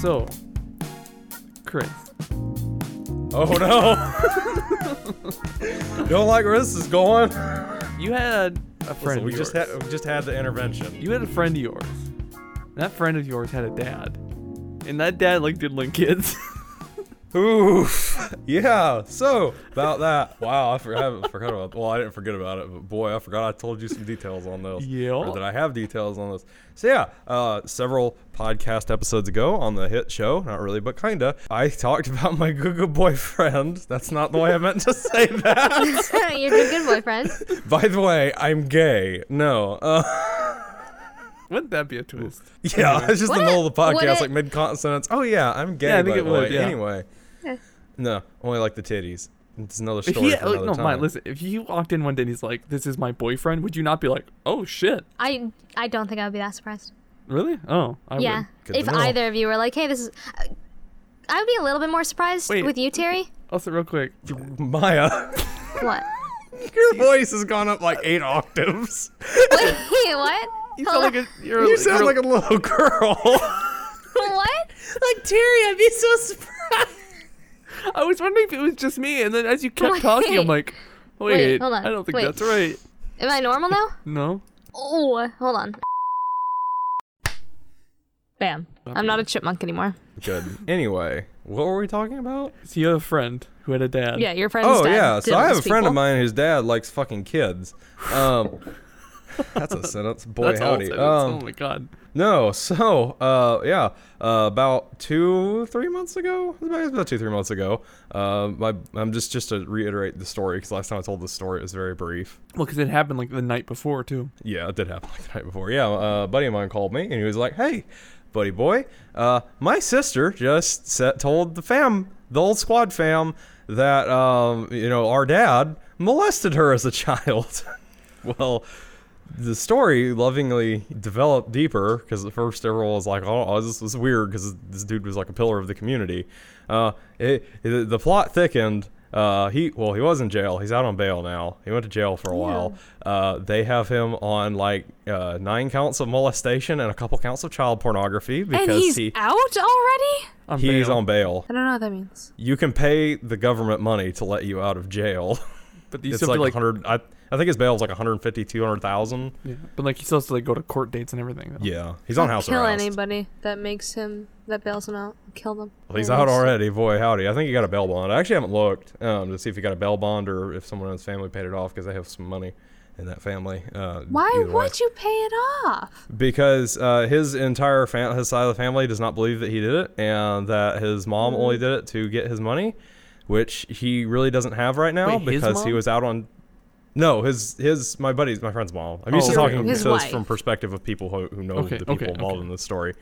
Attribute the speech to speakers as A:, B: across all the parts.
A: so, Chris,
B: Oh no! Oh, Don't like where this is going.
A: you had a friend.
B: Listen, we
A: of
B: just
A: yours.
B: had we just had the intervention.
A: You had a friend of yours. And that friend of yours had a dad, and that dad like diddling kids.
B: Oof. Yeah. So about that. Wow, I forgot. I forgot about. Well, I didn't forget about it, but boy, I forgot I told you some details on this.
A: Yeah.
B: Or that I have details on this. So yeah, uh, several podcast episodes ago on the hit show, not really, but kinda, I talked about my Google boyfriend. That's not the way I meant to say that.
C: You're a good boyfriend.
B: By the way, I'm gay. No. Uh,
A: Wouldn't that be a twist?
B: yeah, it's just the
C: Would
B: middle of the
C: it- would
B: podcast,
C: it-
B: like mid consonants. Oh yeah, I'm gay.
A: Yeah, I think
B: by
A: it
B: the
A: would,
B: way.
A: yeah.
B: Anyway.
C: Yeah.
B: No, only like the titties. It's another
A: If
B: story.
A: he,
B: for
A: oh,
B: another
A: no,
B: time.
A: mind. Listen, if you walked in one day and he's like, "This is my boyfriend," would you not be like, "Oh shit,
C: I I don't think I would be that surprised.
A: really? Oh, I
C: yeah.
A: would."
B: Good
C: if
B: to know.
C: either of you were like, "Hey, this is," I would be a little bit more surprised
A: Wait.
C: with you, Terry.
A: Also, real quick,
B: Maya,
C: What?
B: your voice has gone up like eight octaves.
C: Wait, what?
A: you sound
C: Hold
A: like
C: on.
A: a you're,
B: You sound like a little girl.
C: what?
B: like Terry, I'd be so surprised.
A: I was wondering if it was just me, and then as you kept
C: Wait.
A: talking, I'm like, "Wait,
C: hold on,
A: I don't think
C: wait.
A: that's right."
C: Am I normal now?
A: No.
C: Oh, hold on. Bam. I'm not a chipmunk anymore.
B: Good. Anyway, what were we talking about?
A: So you have a friend who had a dad.
C: Yeah, your friend's
B: Oh
C: dad
B: yeah, so
C: diddles
B: I have a friend
C: people.
B: of mine whose dad likes fucking kids. Um, that's a sentence. Boy,
A: That's all.
B: howdy.
A: sentence.
B: Um,
A: oh my god.
B: No, so uh, yeah, uh, about two, three months ago, it was about, it was about two, three months ago. Uh, my, I'm just just to reiterate the story because last time I told the story it was very brief.
A: Well, because it happened like the night before too.
B: Yeah, it did happen like the night before. Yeah, uh, a buddy of mine called me and he was like, "Hey, buddy boy, uh, my sister just set, told the fam, the old squad fam, that um, you know our dad molested her as a child." well, the story lovingly developed deeper because at first everyone was like, "Oh, this was weird," because this dude was like a pillar of the community. Uh, it, it- the plot thickened. Uh, he well, he was in jail. He's out on bail now. He went to jail for a while. Uh, they have him on like uh, nine counts of molestation and a couple counts of child pornography because
C: And he's
B: he
C: out already?
A: On
B: he's
A: bail.
B: on bail.
C: I don't know what that means.
B: You can pay the government money to let you out of jail.
A: But you
B: it's
A: still have
B: like,
A: to, like
B: 100. I, I think his bail was like 150, 200,000.
A: Yeah, but like he still has to like go to court dates and everything. Though.
B: Yeah, he's on house
C: Kill
B: arrest.
C: anybody that makes him that bails him out. Kill them.
B: Well, he's out already. Boy, howdy. I think he got a bail bond. I actually haven't looked um, to see if he got a bail bond or if someone in his family paid it off because they have some money in that family. Uh,
C: Why
B: either
C: would
B: way.
C: you pay it off?
B: Because uh, his entire fam- his side of the family does not believe that he did it and that his mom
A: Mm-hmm.
B: only did it to get his money, which he really doesn't have right now
A: Wait, his
B: because he
A: mom?
B: was out on. No, his his my buddy's my friend's mom. I'm used to
A: Oh,
B: talking
C: his
B: to this
C: wife.
B: from perspective of people who, who know
A: Okay,
B: the people
A: okay, okay.
B: involved in this story.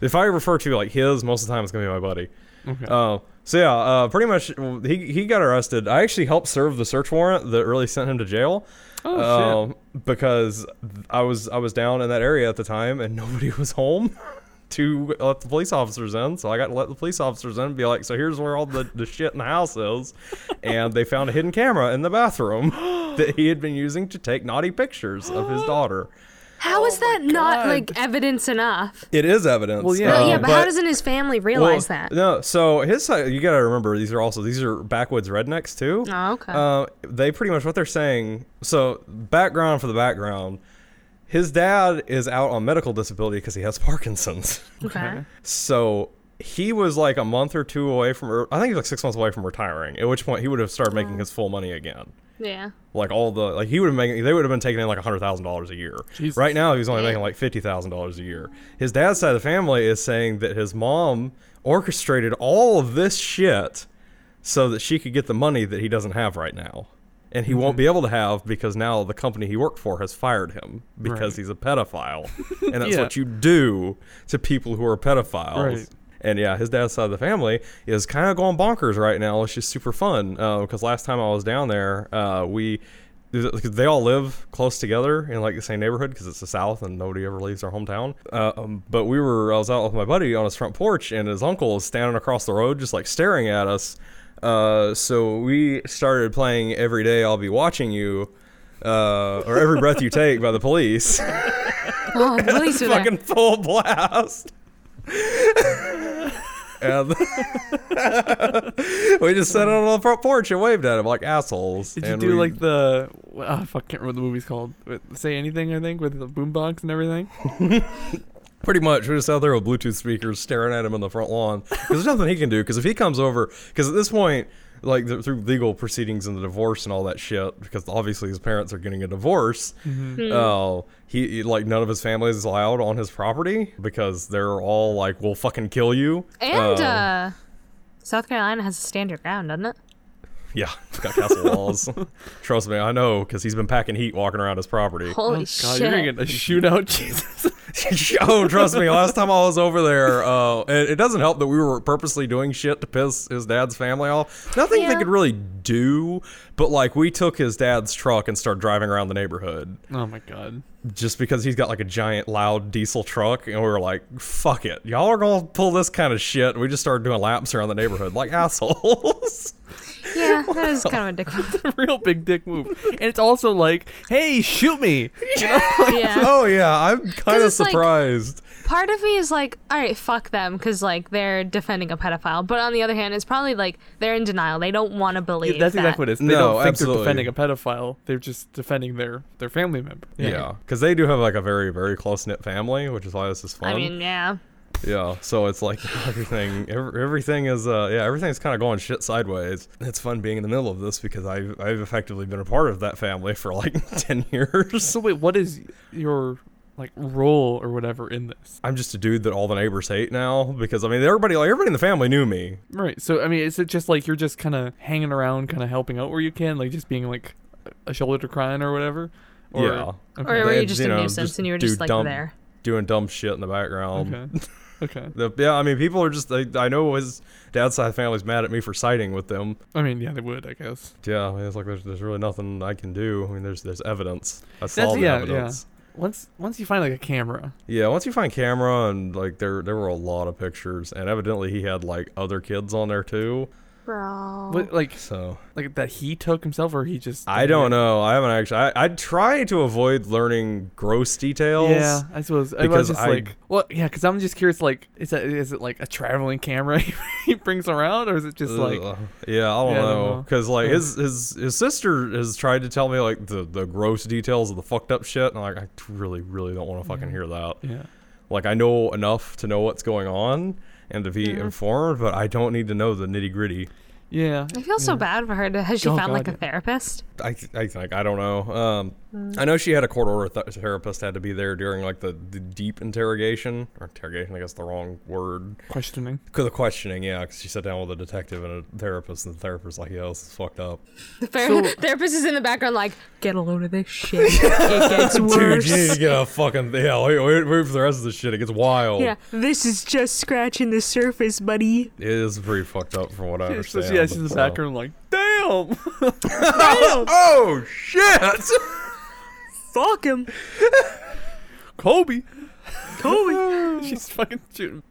B: If I refer to like his, most of the time it's gonna be my buddy.
A: Okay.
B: Uh, so yeah, uh, pretty much well, he he got arrested. I actually helped serve the search warrant that really sent him to jail.
A: Oh,
B: um, Because I was I was down in that area at the time and nobody was home to let the police officers in. So I got to let the police officers in and be like, so here's where all the, the shit in the house is. And they found a hidden camera in the bathroom that he had been using to take naughty pictures of his daughter. Oh
C: How is that not
A: God.
C: like evidence enough?
B: It is evidence.
A: Well, yeah.
C: But
A: Um,
C: yeah, but, how doesn't his family realize
B: well,
C: that?
B: No, so his side, you got to remember these are also these are backwoods rednecks too.
C: Oh, okay.
B: Uh, they pretty much what they're saying. So background for the background, his dad is out on medical disability because he has Parkinson's.
C: okay.
B: So he was like a month or two away from, or I think he was like six months away from retiring. At which point he would have started making his full money again.
C: Yeah.
B: Like all the like he would have making they would have been taking in like hundred thousand dollars a year.
A: Jesus.
B: Right now he's only
C: Yeah.
B: making like fifty thousand dollars a year. His dad's side of the family is saying that his mom orchestrated all of this shit so that she could get the money that he doesn't have right now. And he
A: Mm-hmm.
B: won't be able to have because now the company he worked for has fired him because
A: Right.
B: he's a pedophile. and that's
A: Yeah.
B: what you do to people who are pedophiles.
A: Right.
B: And yeah, his dad's side of the family is kind of going bonkers right now. It's just super fun because last time I was down there, uh, we because they all live close together in like the same neighborhood because it's the South and nobody ever leaves their hometown. Uh, um, but we were I was out with my buddy on his front porch and his uncle is standing across the road just like staring at us. Uh, so we started playing every day I'll be watching you. Uh, or every breath you take by the police
C: Oh, Willie's still there.
B: fucking full blast. and we just sat out on the front porch and waved at him like assholes.
A: Did you
B: and
A: do
B: we-
A: like the? Oh, fuck, can't remember what the movie's called. But say anything, I think, with the boombox and everything. Oh,
B: Pretty much, we're just out there with Bluetooth speakers staring at him on the front lawn. 'Cause there's nothing he can do. Because if he comes over, because at this point, like the, through legal proceedings and the divorce and all that shit, because obviously his parents are getting a divorce. Oh,
A: Mm-hmm.
B: he, he- like none of his family is allowed on his property because they're all like, "We'll fucking kill you."
C: And
B: Uh,
C: uh, South Carolina has to stand your ground, doesn't it?
B: yeah, it's got castle walls. Trust me, I know because he's been packing heat walking around his property.
A: Oh,
C: Holy
A: God,
C: shit!
A: you're gonna get a shootout, Jesus.
B: oh, trust me. Last time I was over there, uh, it, it doesn't help that we were purposely doing shit to piss his dad's family off. Nothing they
C: Yeah.
B: could really do, but like we took his dad's truck and started driving around the neighborhood
A: oh my god.
B: just because he's got like a giant, loud diesel truck, and we were like, "Fuck it, y'all are gonna pull this kind of shit." And we just started doing laps around the neighborhood like assholes.
C: yeah, that is kind of ridiculous.
A: Real big dick move. And it's also like, hey, shoot me. You know?
C: yeah.
B: oh yeah, I'm kind of
C: it's like-
B: surprised.
C: Part of me is like, all right, fuck them, because like they're defending a pedophile. But on the other hand, it's probably like they're in denial. They don't want to believe.
A: That's
C: that.
A: exactly what it is. They
B: No,
A: don't think
B: absolutely.
A: they're defending a pedophile. They're just defending their their family member.
B: yeah, because they do have like a very, very close knit family, which is why this is fun.
C: I mean, yeah.
B: Yeah, so it's like everything, ev- everything is, uh, yeah, everything's kind of going shit sideways. It's fun being in the middle of this because I've, I've effectively been a part of that family for like ten years.
A: So wait, what is your like role or whatever in this?
B: I'm just a dude that all the neighbors hate now because I mean everybody, like everybody in the family knew me.
A: Right. So I mean, is it just like you're just kind of hanging around, kind of helping out where you can, like just being like a shoulder to crying or whatever? Or,
B: Yeah.
A: Okay.
C: Or were you
B: They-
C: just
B: you
C: a
B: know,
C: nuisance
B: just
C: and you were
B: do
C: just like
B: dumb-
C: there?
B: doing dumb shit in the background.
A: okay. okay.
B: The- yeah, I mean people are just, like I know his dad's side of the family's mad at me for siding with them.
A: I mean, yeah, they would, I guess.
B: Yeah, I mean, it's like there's, there's really nothing I can do. I mean there's there's evidence. That's,
A: That's-
B: all the
A: yeah, yeah.
B: evidence.
A: Once once you find like a camera,
B: Yeah, once you find camera and like there there were a lot of pictures and evidently he had like other kids on there too.
C: Bro.
A: what, like
B: So
A: like that he took himself or he just
B: I don't know. I haven't actually I I try to avoid learning gross details.
A: Yeah, I suppose I
B: because
A: was just
B: I-
A: like, well, yeah, because I'm just curious. Like, is that is it like a traveling camera he brings around, or is it just like
B: Ugh. yeah, I
A: Yeah, I
B: don't
A: don't
B: know,
A: know.
B: because like
A: Yeah.
B: his his his sister has tried to tell me like the the gross details of the fucked up shit, and I'm like I really really don't want to fucking hear that.
A: yeah?
B: Like I know enough to know what's going on and to be informed, but I don't need to know the nitty gritty.
A: Yeah.
C: I feel so bad for her. To, has she
A: Oh,
C: found
A: God,
C: like a
A: yeah.
C: therapist?
B: I, th- I think I don't know. Um,
C: Mm.
B: I know she had a court order. Th- therapist had to be there during like the, the deep interrogation or interrogation. I guess the wrong word.
A: Questioning.
B: 'Cause the questioning, yeah, because she sat down with a detective and a therapist, and the therapist was like, "Yeah, this is fucked up."
C: The ther-
A: So-
C: therapist is in the background, like, get a load of this shit. It gets worse.
B: Dude, you need to get a fucking yeah. Wait, wait, wait for the rest of this shit. It gets
A: Oh.
B: wild.
C: Yeah, this is just scratching the surface, buddy.
B: it is pretty fucked up from what I
A: So
B: understand. uh,
A: she asks in the
B: so-
A: background, like, damn.
B: Oh shit!
C: Fuck him.
A: Kobe. Kobe. She's fucking shooting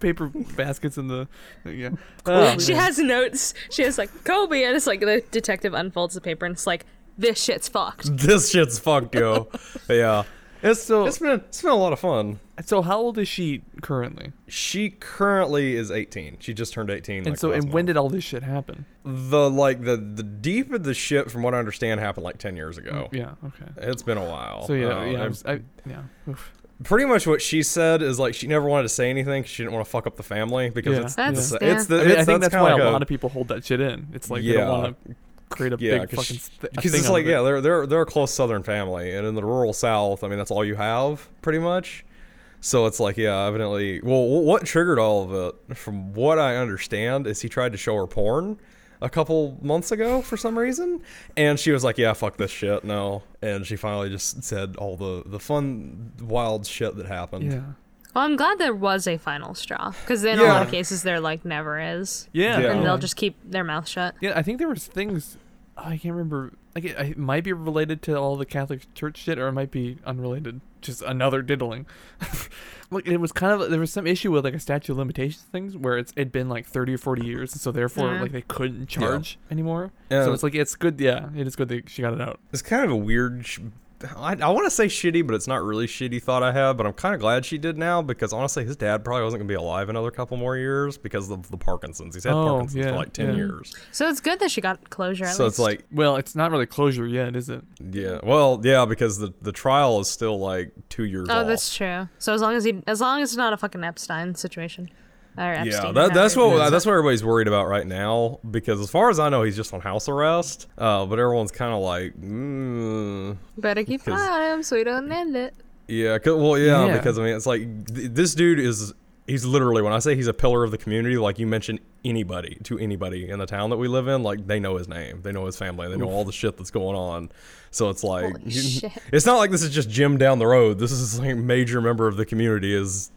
A: paper baskets in the. Yeah. Oh,
C: she
A: man.
C: has notes. She has like Kobe, and it's like the detective unfolds the paper, and it's like this shit's fucked.
B: this shit's fucked, yo. yeah, it's
A: So-
B: it's been it's been a lot of fun.
A: So how old is she currently?
B: She currently is 18. She just turned 18.
A: And so, and when did all this shit happen?
B: the like the the deep of the shit, from what I understand, happened like 10 years ago.
A: Yeah. Okay.
B: It's been a
A: Mm-hmm.
B: while.
A: So yeah,
B: Uh,
A: yeah, I
B: and
A: was, I, yeah. Oof.
B: Pretty much what she said is like she never wanted to say anything. 'cause She didn't want to fuck up the family because
A: Yeah.
B: it's
C: That's-
B: the,
C: yeah.
B: it's the
A: I, mean,
B: it's,
A: I think that's,
B: kinda
A: why
B: like
A: a lot of people hold that shit in. It's like they
B: Yeah.
A: don't want to create a
B: yeah,
A: big
B: because
A: fucking th-
B: because
A: thing
B: it's
A: out
B: like
A: of it.
B: yeah, they're they're they're a close Southern family, and in the rural South, I mean that's all you have pretty much. So it's like yeah, evidently. Well, wh- what triggered all of it, from what I understand, is he tried to show her porn a couple months ago for some reason, and she was like, yeah, fuck this shit, no, and she finally just said all the the fun wild shit that happened.
A: Yeah.
C: Well, I'm glad there was a final straw, because in a
B: Yeah.
C: lot of cases there like never is,
A: Yeah.
B: Yeah.
C: and they'll just keep their mouth shut.
A: Yeah, I think there was things oh, I can't remember. Like it, it might be related to all the Catholic Church shit, or it might be unrelated. Just another diddling. like it was kind of there was some issue with like a statute of limitations things where it's it'd been like thirty or forty years, and so therefore
C: Yeah.
A: like they couldn't charge anymore.
B: Yeah.
A: So it's like it's good. Yeah, it is good that she got it out.
B: It's kind of a weird sh- I, I want to say shitty, but it's not really shitty thought I have. But I'm kind of glad she did now because honestly, his dad probably wasn't gonna be alive another couple more years because of the Parkinson's. He's had
A: Oh,
B: Parkinson's
A: yeah,
B: for like ten
A: yeah.
B: years,
C: So it's good that she got closure. At
B: so
C: least.
B: it's like
A: Well, it's not really closure yet, is it?
B: yeah, well yeah, because the the trial is still like two years.
C: Oh,
B: off.
C: that's true. So as long as he, as long as it's not a fucking Epstein situation, or Epstein.
B: Yeah, that, that's what
C: however it is.
B: that's what everybody's worried about right now because as far as I know, he's just on house arrest. Uh, but everyone's kind of like, mm,
C: Better keep an eye on him so he doesn't end it.
B: yeah, 'cause- well, yeah,
A: Yeah.
B: because I mean, it's like th- this dude is. He's literally, when I say he's a pillar of the community, like you mention anybody to anybody in the town that we live in, like they know his name, they know his family, they know all the shit that's going on. So it's like,
C: Holy shit.
B: it's not like this is just Jim down the road. This is like a major member of the community is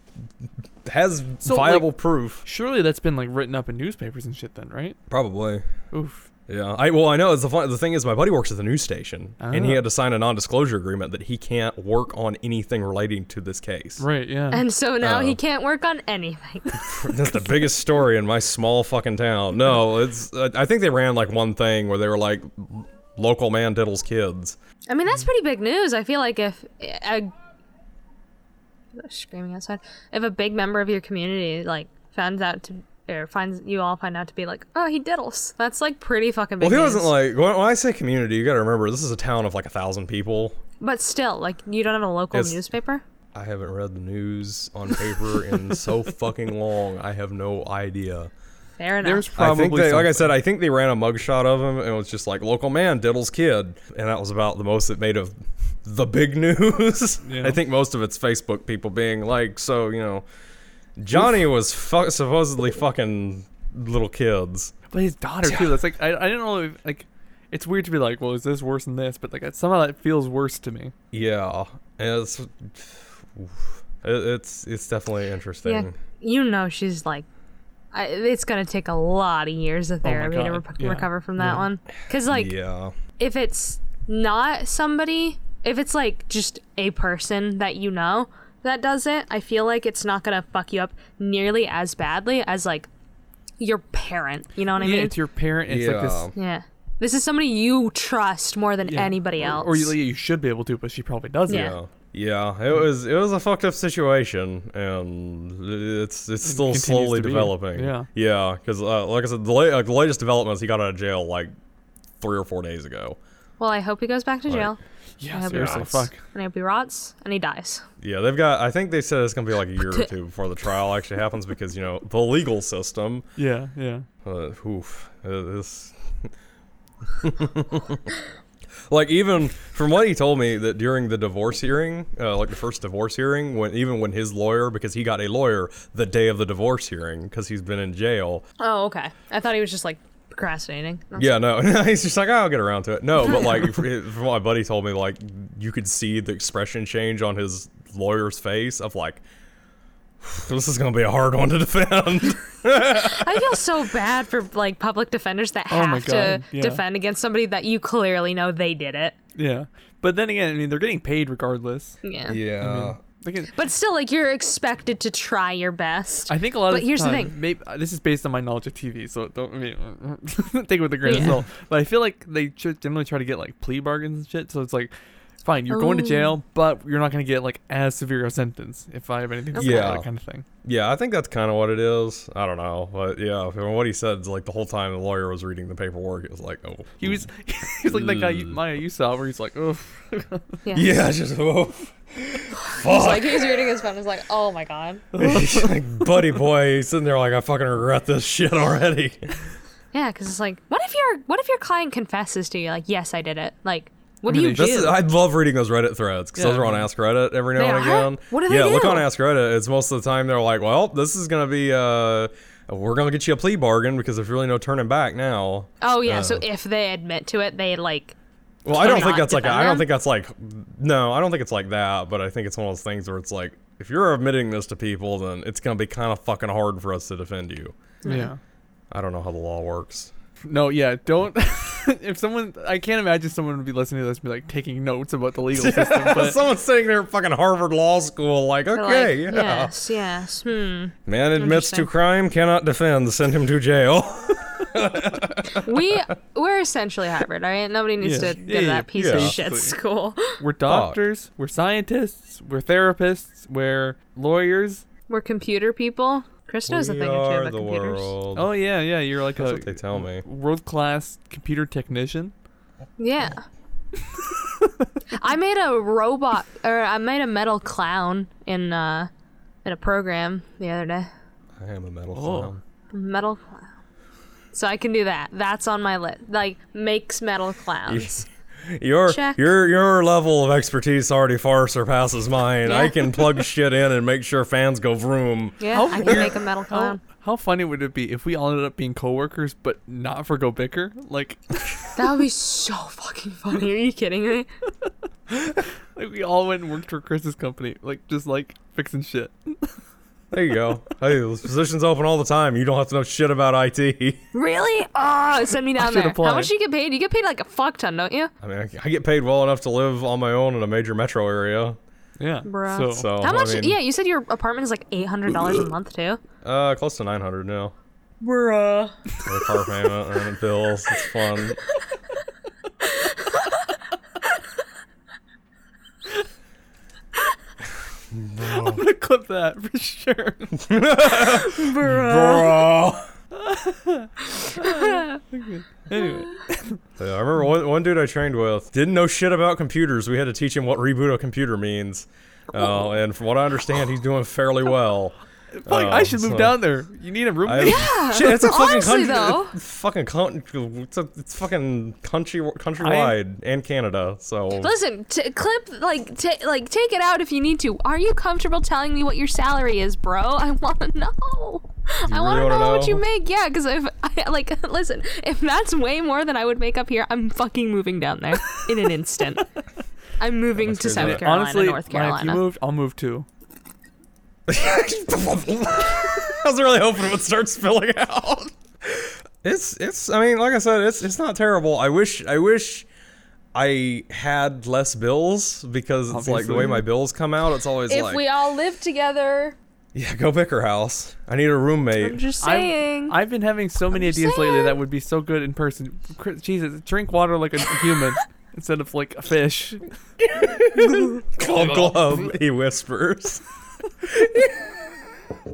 B: has
A: So, like-
B: viable proof.
A: Surely that's been like written up in newspapers and shit, then, right?
B: Probably.
A: Oof.
B: Yeah, I well, I know. It's the fun, the thing is, my buddy works at the news station, and he
A: Ah.
B: had to sign a non-disclosure agreement that he can't work on anything relating to this case.
A: Right. Yeah.
C: And so now
B: Oh.
C: he can't work on anything.
B: That's the biggest story in my small fucking town. No, it's. I I think they ran like one thing where they were like, local man diddles kids.
C: I mean, that's pretty big news. I feel like if a screaming outside, if a big member of your community like finds out to or finds you all find out to be like, oh, he diddles. That's like pretty fucking big.
B: Well, he
C: news.
B: wasn't like when, when I say community. You got to remember, this is a town of like a thousand people.
C: But still, like you don't have a local
B: It's-
C: newspaper.
B: I haven't read the news on paper in so fucking long. I have no idea.
C: Fair enough.
A: There's
B: I
A: probably
B: think they, like I
A: something.
B: said, I think they ran a mugshot of him and it was just like local man, Diddle's kid, and that was about the most it made of the big news.
A: Yeah.
B: I think most of it's Facebook people being like, so you know, Johnny was fu- supposedly fucking little kids.
A: But his daughter too. That's like I, I don't know. If, like, it's weird to be like, well, is this worse than this? But like it- somehow that feels worse to me.
B: Yeah, and it's oof. It- it's it's definitely interesting.
C: yeah, you know she's like, I, it's gonna take a lot of years of
A: Oh my
C: therapy to
A: God,
C: rep-
A: yeah,
C: recover from that
A: yeah.
C: one. Cause like
B: yeah.
C: if it's not somebody, if it's like just a person that you know that does it, I feel like it's not gonna fuck you up nearly as badly as like your parent. You know what I
A: yeah,
C: mean?
A: it's your parent. It's like
B: Yeah.
A: this.
C: yeah. This is somebody you trust more than
A: yeah,
C: anybody
A: or-
C: else.
A: Or, you, you should be able to, but she probably doesn't.
C: Yeah.
B: Yeah. Yeah, it was it was a fucked up situation, and it's it's still
A: continues
B: slowly
A: to be.
B: developing.
A: Yeah.
B: yeah, because uh, like I said, the, la- uh, the latest development is he got out of jail like three or four days ago.
C: well, I hope he goes back to jail, I
A: Yeah.
C: hope
A: Seriously.
B: not.
A: Fuck.
C: and I hope he rots, and he dies.
B: Yeah, they've got. I think they said it's gonna be like a year or two before the trial actually happens because you know the legal system.
A: Yeah. Yeah.
B: Uh, oof, uh, this. like even from what he told me that during the divorce hearing, uh, like the first divorce hearing, when even when his lawyer, because he got a lawyer the day of the divorce hearing, because he's been in jail.
C: Oh, okay. I thought he was just like procrastinating. That's-
B: Yeah, no, he's just like I'll get around to it. No, but like fr- from what my buddy told me, like you could see the expression change on his lawyer's face of like, this is gonna be a hard one to defend.
C: I feel so bad for like public defenders that
A: Oh my
C: have to
A: God, yeah.
C: defend against somebody that you clearly know they did it.
A: Yeah. But then again, I mean, they're getting paid regardless.
C: Yeah.
B: yeah.
A: They get-
C: But still, like you're expected to try your best.
A: I think a lot
C: But
A: of
C: here's the
A: time-
C: thing.
A: Maybe uh, this is based on my knowledge of TV, so don't I mean, take it with a grain of
C: Yeah.
A: salt. But I feel like they tr- generally try to get like plea bargains and shit. So it's like, fine, you're going to
C: Ooh.
A: jail, but you're not going to get like as severe a sentence if I have anything to say
B: Yeah.
A: about that kind of thing.
B: Yeah, I think that's kind of what it is. I don't know, but yeah, from what he said, it's like the whole time the lawyer was reading the paperwork, it was like, oh,
A: He was he was like that guy you, Maya you saw where he's like, oof.
C: yeah.
B: yeah, just oh,
C: He's like he's reading his phone. He's like, oh my god.
B: He's like buddy boy, he's sitting there like I fucking regret this shit already.
C: Yeah, because it's like, what if your what if your client confesses to you, like, yes, I did it. Like, what do
A: mean,
C: you
A: they
C: do?
B: This is, I love reading those Reddit threads because those
A: Yeah.
B: are on Ask Reddit every now
C: They
B: and
C: are?
B: again.
C: What do they
B: yeah, look
C: do?
B: on Ask Reddit. It's most of the time they're like, well, this is gonna be uh, we're gonna get you a plea bargain because there's really no turning back now.
C: oh yeah, so
B: Oh.
C: if they admit to it, they like,
B: Well, I don't
C: Or
B: think
C: not
B: that's like a, I
C: defend
B: don't
C: them?
B: think that's like no, I don't think it's like that. But I think it's one of those things where it's like if you're admitting this to people, then it's gonna be kind of fucking hard for us to defend you.
A: Yeah.
B: I don't know how the law works.
A: No, yeah, don't. if someone, I can't imagine someone would be listening to this and be like taking notes about the legal system. But
B: Someone's sitting there at fucking Harvard Law School, like
C: they're
B: okay,
C: like,
B: yeah,
C: yes, yes, hmm.
B: man admits to
C: Interesting.
B: crime, cannot defend, send him to jail.
C: we we're essentially hybrid, all right? Nobody needs
A: Yeah.
C: to go to
B: Yeah,
C: that piece
B: yeah.
C: of shit school.
A: We're doctors, we're scientists, we're therapists, we're lawyers.
C: We're computer people. Chris knows a
B: We
C: thing or two
B: are
C: about
B: the
C: computers.
B: world.
A: Oh yeah, yeah, you're like
B: That's
A: a
B: what they tell me.
A: world-class computer technician.
C: Yeah. I made a robot, or I made a metal clown in uh, in a program the other day.
B: I am a metal
A: Oh.
B: clown.
C: Metal clown. So I can do that. That's on my list. Like makes metal clowns.
B: Your
C: Check.
B: your your level of expertise already far surpasses mine. I
C: Yeah.
B: can plug shit in and make sure fans go vroom.
C: Yeah,
A: How
C: I can
A: weird-
C: make a
B: Oh.
C: metal
A: How,
C: clown.
A: how funny would it be if we all ended up being coworkers, but not for Go Bicker? Like,
C: That would be so fucking funny. Are you kidding me?
A: like we all went and worked for Chris's company, like just like fixing shit.
B: There you go. hey, those positions open all the time. You don't have to know shit about IT.
C: Really? Oh, send me down
A: should
C: there.
A: apply.
C: How much do you get paid? You get paid like a fuck ton, don't you?
B: I mean, I, I get paid well enough to live on my own in a major metro area.
A: Yeah.
C: Bruh.
A: So,
B: So
C: How much?
B: Oh, I mean,
C: yeah, you said your apartment is like eight hundred dollars a month too.
B: uh, close to 900 now.
C: Bruh.
B: Or car payment and bills. It's fun.
A: I'm gonna clip that for sure.
B: Bro.
A: anyway,
B: Yeah, I remember one, one dude I trained with didn't know shit about computers. We had to teach him what reboot a computer means. Uh, and from what I understand, he's doing fairly well.
A: like I should move
B: Oh, so-
A: down there. You need a
B: I,
A: roommate.
B: yeah, shit, it's a fucking
C: honestly,
B: country.
C: though.
B: It's fucking con- it's, a, it's fucking country countrywide and Canada. So
C: Listen, t- clip like t- like take it out if you need to. Are you comfortable telling me what your salary is, bro? I want to know. I want to
B: really wanna
C: know, what you
B: know?
C: make. Yeah, because if I, like listen, if that's way more than I would make up here, I'm fucking moving down there in an instant. I'm moving to
B: crazy.
C: South
B: Yeah,
C: Carolina,
A: Honestly,
C: North
A: Ryan, if you
C: Carolina.
A: moved, I'll move too.
B: I was really hoping it would start spilling out. It's it's I mean, like I said, it's it's not terrible. I wish I wish I had less bills because it's like the
A: Obviously.
B: way my bills come out, it's always
C: if
B: like
C: we all live together,
B: Yeah, go Bicker House. I need a
C: I'm
B: roommate.
C: just saying.
A: I've, I've been having so many
C: just
A: ideas lately
C: saying.
A: that would be so good in person. Chris, Jesus, drink water like a human instead of like a fish.
B: Glub glub, he whispers.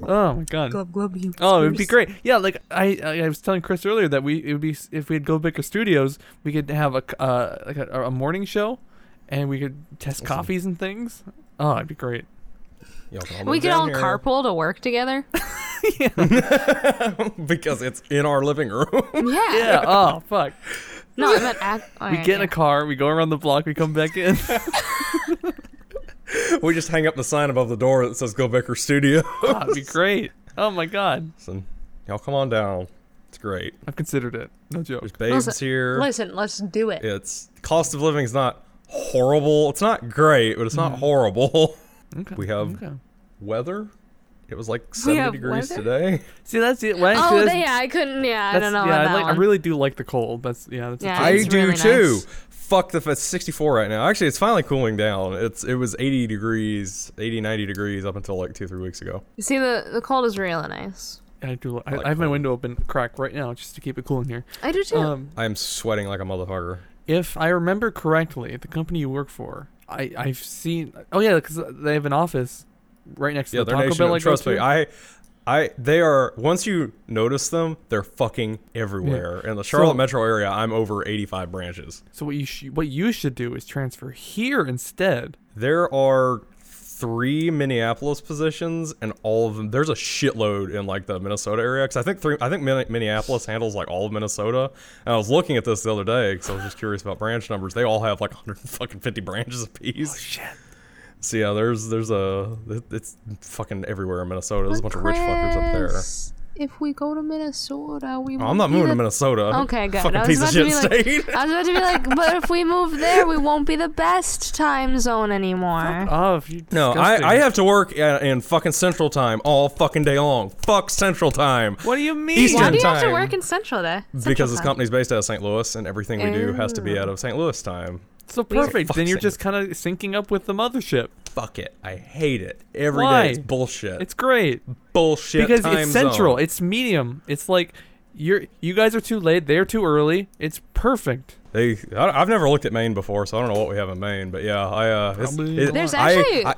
A: Oh my god.
C: glub glub you.
A: Oh, it'd be
C: screws.
A: great. Yeah, like I, I, I was telling Chris earlier that we it would be s- if we had Go Bicker Studios, we could have a c- uh, like a, a morning show, and we could test coffees and things. Oh, it'd be great.
B: Y'all can
C: We
B: move
C: could
B: down
C: all
B: here
C: carpool to work together.
B: because it's in our living room.
C: yeah.
A: Yeah. oh, fuck.
C: No, I meant act.
A: We get in a car, we go around the block, we come back in.
B: we just hang up the sign above the door that says Go Bicker Studio.
A: oh, it'd be great. Oh my god,
B: Listen, y'all come on down. It's great.
A: I've considered it. No joke.
B: There's babes
C: Listen-
B: here.
C: Listen, let's do it.
B: It's cost of living is not horrible. It's not great, but it's
C: Mm-hmm.
B: not horrible.
A: Okay,
B: We have
A: okay.
B: weather. It was like
C: We
B: 70
C: have
B: degrees
C: weather?
B: today.
A: See, that's it. When
C: Oh,
A: that's,
C: they- yeah, I couldn't. Yeah, I don't know
A: yeah,
C: about
A: I
C: that
A: like,
C: one.
A: I really do like the cold. That's yeah. That's
C: Yeah.
A: A
B: I
C: it's
B: do
C: really
B: too.
C: nice.
B: Fuck the it's 64 right now. Actually, it's finally cooling down. It's it was 80 degrees, 80 90 degrees up until like 2 3 weeks ago.
C: See, the the cold is really nice.
A: I do. li- I,
B: like
A: I have my
B: cold.
A: window open, crack right now, just to keep it cool in here.
C: I do too.
A: Um,
B: I am sweating like a motherfucker.
A: if I remember correctly, the company you work for, I I've seen. Oh yeah, because they have an office right next to
B: Yeah,
A: the
B: they're
A: Taco
B: nation.
A: Bell. I go
B: trust me,
A: to.
B: I I they are once you notice them, they're fucking everywhere. In the Charlotte metro area, I'm over 85 branches.
A: so what you sh- what you should do is transfer here instead.
B: There are three Minneapolis positions, and all of them. There's a shitload in like the Minnesota area because I think three. I think Min- Minneapolis handles like all of Minnesota. And I was looking at this the other day because I was just curious about branch numbers. They all have like 150 branches apiece.
A: Oh, Shit.
B: so yeah, there's there's a it- it's fucking everywhere in Minnesota. There's a bunch of rich fuckers up there.
C: If we go to Minnesota, we.
B: Oh, I'm not moving to Minnesota.
C: Okay, good.
B: Fucking
C: I was
B: piece of
C: about to
B: shit
C: be
B: state.
C: like, I was about to be like, but if we move there, we won't be the best time zone anymore.
A: Oh, if you
B: No,
A: disgusting.
B: I, I have to work in, in fucking Central Time all fucking day long. Fuck Central Time.
A: What do you mean?
B: Eastern
C: Why do you have to
B: time.
C: work in Central day? Central
B: because this
C: time.
B: company's based out of St. Louis, and everything we do has to be out of St. Louis time.
A: So perfect.
B: fuck's
A: Then you're
B: sake.
A: just kind of syncing up with the mothership.
B: Fuck it, I hate it every day.
A: Why?
B: It's bullshit.
A: It's great
B: bullshit.
A: because
B: time
A: it's central.
B: zone.
A: It's medium. It's like You're you guys are too late. They're too early. It's perfect.
B: They, I, I've never looked at Maine before, so I don't know what we have in Maine. But yeah, I uh, it's-
A: Probably
B: it-
C: There's
B: I-
C: actually
B: I,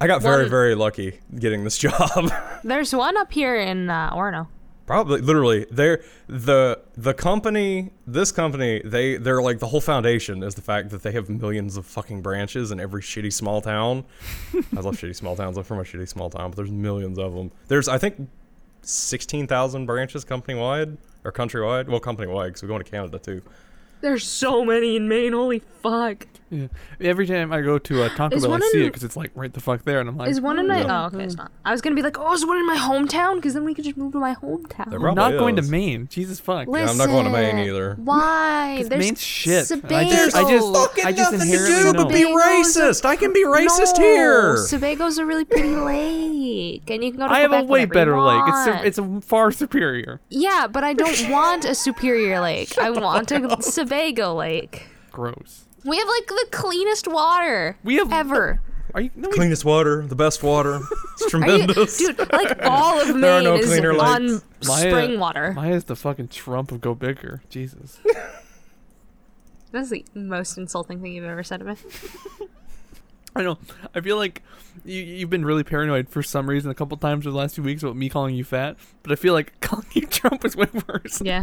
B: I got very
C: one-
B: very lucky getting this job.
C: There's one up here in uh, Orno.
B: Probably literally they're the the company this company they they're like the whole foundation is the fact that they have millions of fucking branches in every shitty small town. I love shitty small towns. I'm from a shitty small town, but there's millions of them. There's I think sixteen thousand branches company wide or countrywide. Well, company wide because we're going to Canada too.
C: There's so many in Maine. Holy fuck.
A: Yeah. Every time I go to a Taco
C: Is
A: Bell, I
C: one
A: see it
C: in-
A: 'cause it's like right the fuck there, and I'm like,
C: Is one in my?
B: Yeah.
C: Oh, okay, it's not. I was gonna be like, oh, is one in my hometown? Because then we could just move to my
B: They're
C: hometown.
A: I'm not
B: probably
A: going to
B: is.
A: Maine. Jesus fuck.
B: Yeah, I'm not going to Maine either.
C: Why? There's
A: Maine's shit. I
C: Sebago.
A: just, I just, I just inherently know.
C: but be racist.
B: I can be
C: no, Sebago's a really pretty lake, and you can go to.
A: I have a
C: Quebec
A: way
C: whenever
A: better
C: you
A: lake. It's
C: want.
A: su- it's a far superior.
C: yeah, but I don't want a superior lake. I want a Sebago lake.
A: Gross.
C: We have like the cleanest water
A: We have-
C: ever.
A: Are you? No, we,
B: Cleanest water, the best water. It's
C: Are you,
B: tremendous.
C: dude, like all of Maine
B: There are no
C: is
B: cleaner
C: on
B: lakes.
A: Maya-
C: spring water.
A: Maya's the fucking Trump of Go Bigger. Jesus.
C: That's the most insulting thing you've ever said to me.
A: I know. I feel like you, you've been really paranoid for some reason a couple times in the last few weeks about me calling you fat, but I feel like calling you Trump is way worse.
C: Yeah,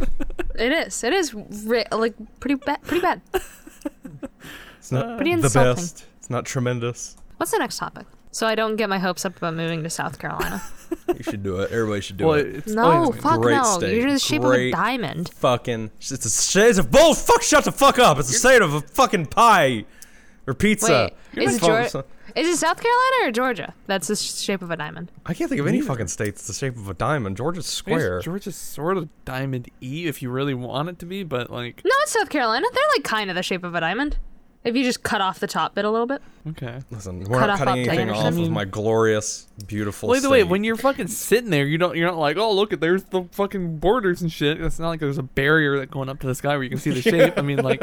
C: it is. It is ri- like pretty bad. Pretty bad.
B: It's not
C: Pretty
B: the
C: insulting.
B: best. It's not tremendous.
C: What's the next topic? So I don't get my hopes up about moving to South Carolina.
B: You should do it. Everybody should do
A: Well,
B: it.
A: it's
C: No,
A: always-
C: fuck
B: Oh, Great
C: no.
B: state.
C: You're the shape
B: Great.
C: of a diamond.
B: Fucking. It's a shade of bull. Fuck. Shut the fuck up. It's a shade of a fucking pie or pizza.
C: Wait,
B: You're
C: is it,
B: not following
C: Geor-
B: some-
C: is it South Carolina or Georgia? That's the sh- shape of a diamond.
B: I can't think of any
A: Neither.
B: fucking state that's the shape of a diamond. Georgia's
A: I guess
B: square.
A: Georgia's sort of diamond E if you really want it to be, but like,
C: No, it's South Carolina. They're like kind of the shape of a diamond. If you just cut off the top bit a little bit.
A: okay.
B: Listen, we're
C: Cut
B: not
C: off
B: cutting
C: Upton,
B: anything
C: I
B: off
C: understand.
B: of my glorious,
A: Mm-hmm.
B: beautiful.
A: Well, either way,
B: state.
A: when you're fucking sitting there, you don't. You're not like, oh, look at there's the fucking borders and shit. It's not like there's a barrier that going up to the sky where you can see the shape. I mean, like